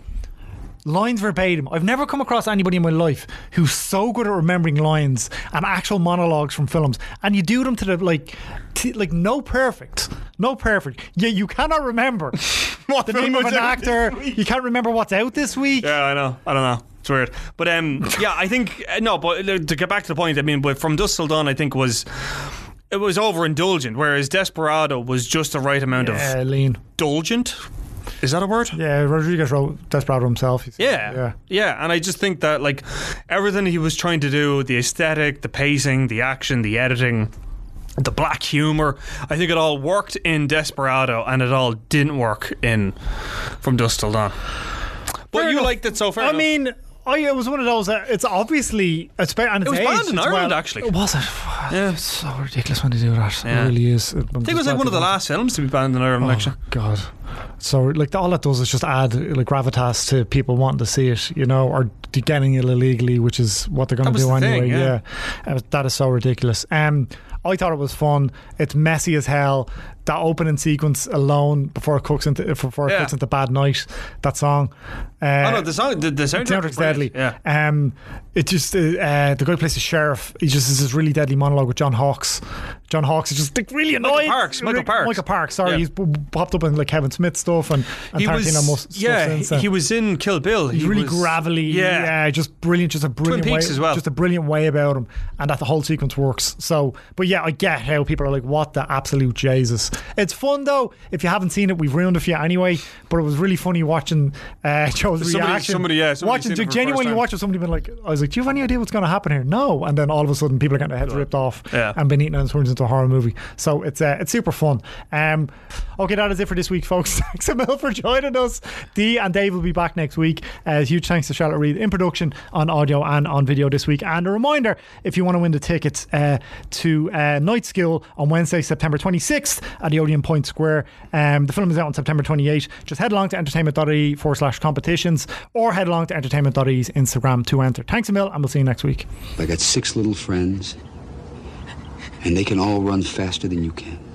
Speaker 3: lines verbatim. I've never come across anybody in my life who's so good at remembering lines and actual monologues from films, and you do them to the like, t- like no perfect, no perfect. Yeah, you cannot remember
Speaker 4: What
Speaker 3: the
Speaker 4: film
Speaker 3: name of
Speaker 4: was
Speaker 3: an
Speaker 4: out this
Speaker 3: actor. You can't remember what's out this week.
Speaker 4: Yeah, I know. I don't know. It's weird, but um, yeah, I think uh, no. But uh, to get back to the point, I mean, but from Dusk Till Dawn, I think was it was overindulgent, whereas Desperado was just the right amount
Speaker 3: Yeah,
Speaker 4: of
Speaker 3: lean.
Speaker 4: indulgent. Is that a word?
Speaker 3: Yeah, Rodriguez wrote Desperado himself. He's-
Speaker 4: Yeah.
Speaker 3: yeah.
Speaker 4: yeah, and I just think that like everything he was trying to do, the aesthetic, the pacing, the action, the editing. The black humor, I think it all worked in Desperado, and it all didn't work in From Dusk Till Dawn. But
Speaker 3: Fair
Speaker 4: you
Speaker 3: enough.
Speaker 4: liked it so far.
Speaker 3: I mean, I it was one of those. Uh, it's obviously it's ba- and it's
Speaker 4: It was banned
Speaker 3: aged
Speaker 4: in
Speaker 3: as
Speaker 4: Ireland,
Speaker 3: well.
Speaker 4: actually.
Speaker 3: It was it?
Speaker 4: Yeah.
Speaker 3: It's so ridiculous when they do that. It
Speaker 4: Yeah.
Speaker 3: really is. I
Speaker 4: I think it was like one of the last films to be banned in Ireland,
Speaker 3: Oh,
Speaker 4: actually.
Speaker 3: God. So like all that does is just add like gravitas to people wanting to see it, you know, or d- getting it illegally, which is what they're going
Speaker 4: That
Speaker 3: to
Speaker 4: was
Speaker 3: do
Speaker 4: the thing,
Speaker 3: anyway.
Speaker 4: yeah.
Speaker 3: yeah, Uh, that is so ridiculous. Um, I thought it was fun. It's messy as hell. That opening sequence alone before it cooks into before it
Speaker 4: Yeah.
Speaker 3: cooks into Bad Night. That song. Uh,
Speaker 4: oh no, the sound, the, the soundtrack
Speaker 3: Soundtrack's
Speaker 4: was
Speaker 3: deadly.
Speaker 4: brilliant. Yeah,
Speaker 3: Um, it just uh, uh, the guy who plays the sheriff. He just has this really deadly monologue with John Hawkes. John Hawkes is just like, really annoying.
Speaker 4: Parks, Michael
Speaker 3: Really-
Speaker 4: Parks.
Speaker 3: Michael Parks. Sorry,
Speaker 4: Yeah.
Speaker 3: he's p- popped up in like Kevin Smith stuff and, and Tarantino most stuff
Speaker 4: yeah,
Speaker 3: since,
Speaker 4: he-
Speaker 3: uh,
Speaker 4: he was in Kill Bill. He
Speaker 3: he's really
Speaker 4: was,
Speaker 3: gravelly.
Speaker 4: Yeah.
Speaker 3: just brilliant. Just a brilliant
Speaker 4: Peaks
Speaker 3: way
Speaker 4: as well.
Speaker 3: Just a brilliant way about him, and that the whole sequence works. So, but yeah, I get how people are like, "What the absolute Jesus!" It's fun though. If you haven't seen it, we've ruined it for you anyway. But it was really funny watching uh, Joe's
Speaker 4: Somebody-
Speaker 3: reaction.
Speaker 4: somebody, yeah, somebody
Speaker 3: watching
Speaker 4: seen it for the first
Speaker 3: genuinely
Speaker 4: time.
Speaker 3: watching somebody been like, "I was like, do you have any idea what's going to happen here?" No, and then all of a sudden, people are getting their heads ripped off
Speaker 4: Yeah.
Speaker 3: and been eaten and turned into a horror movie. So it's uh, it's super fun. Um, okay, that is it for this week, folks. Thanks a mil for joining us. Dee and Dave will be back next week. Uh, huge thanks to Charlotte Reed in production on audio and on video this week. And a reminder, if you want to win the tickets uh, to uh, Night Skill on Wednesday, September 26th at the Odeon Point Square, um, the film is out on September 28th. Just head along to entertainment.ie E forward slash competitions or head along to entertainment.ie's Instagram to enter. Thanks a mil, and we'll see you next week.
Speaker 1: I got six little friends, and they can all run faster than you can.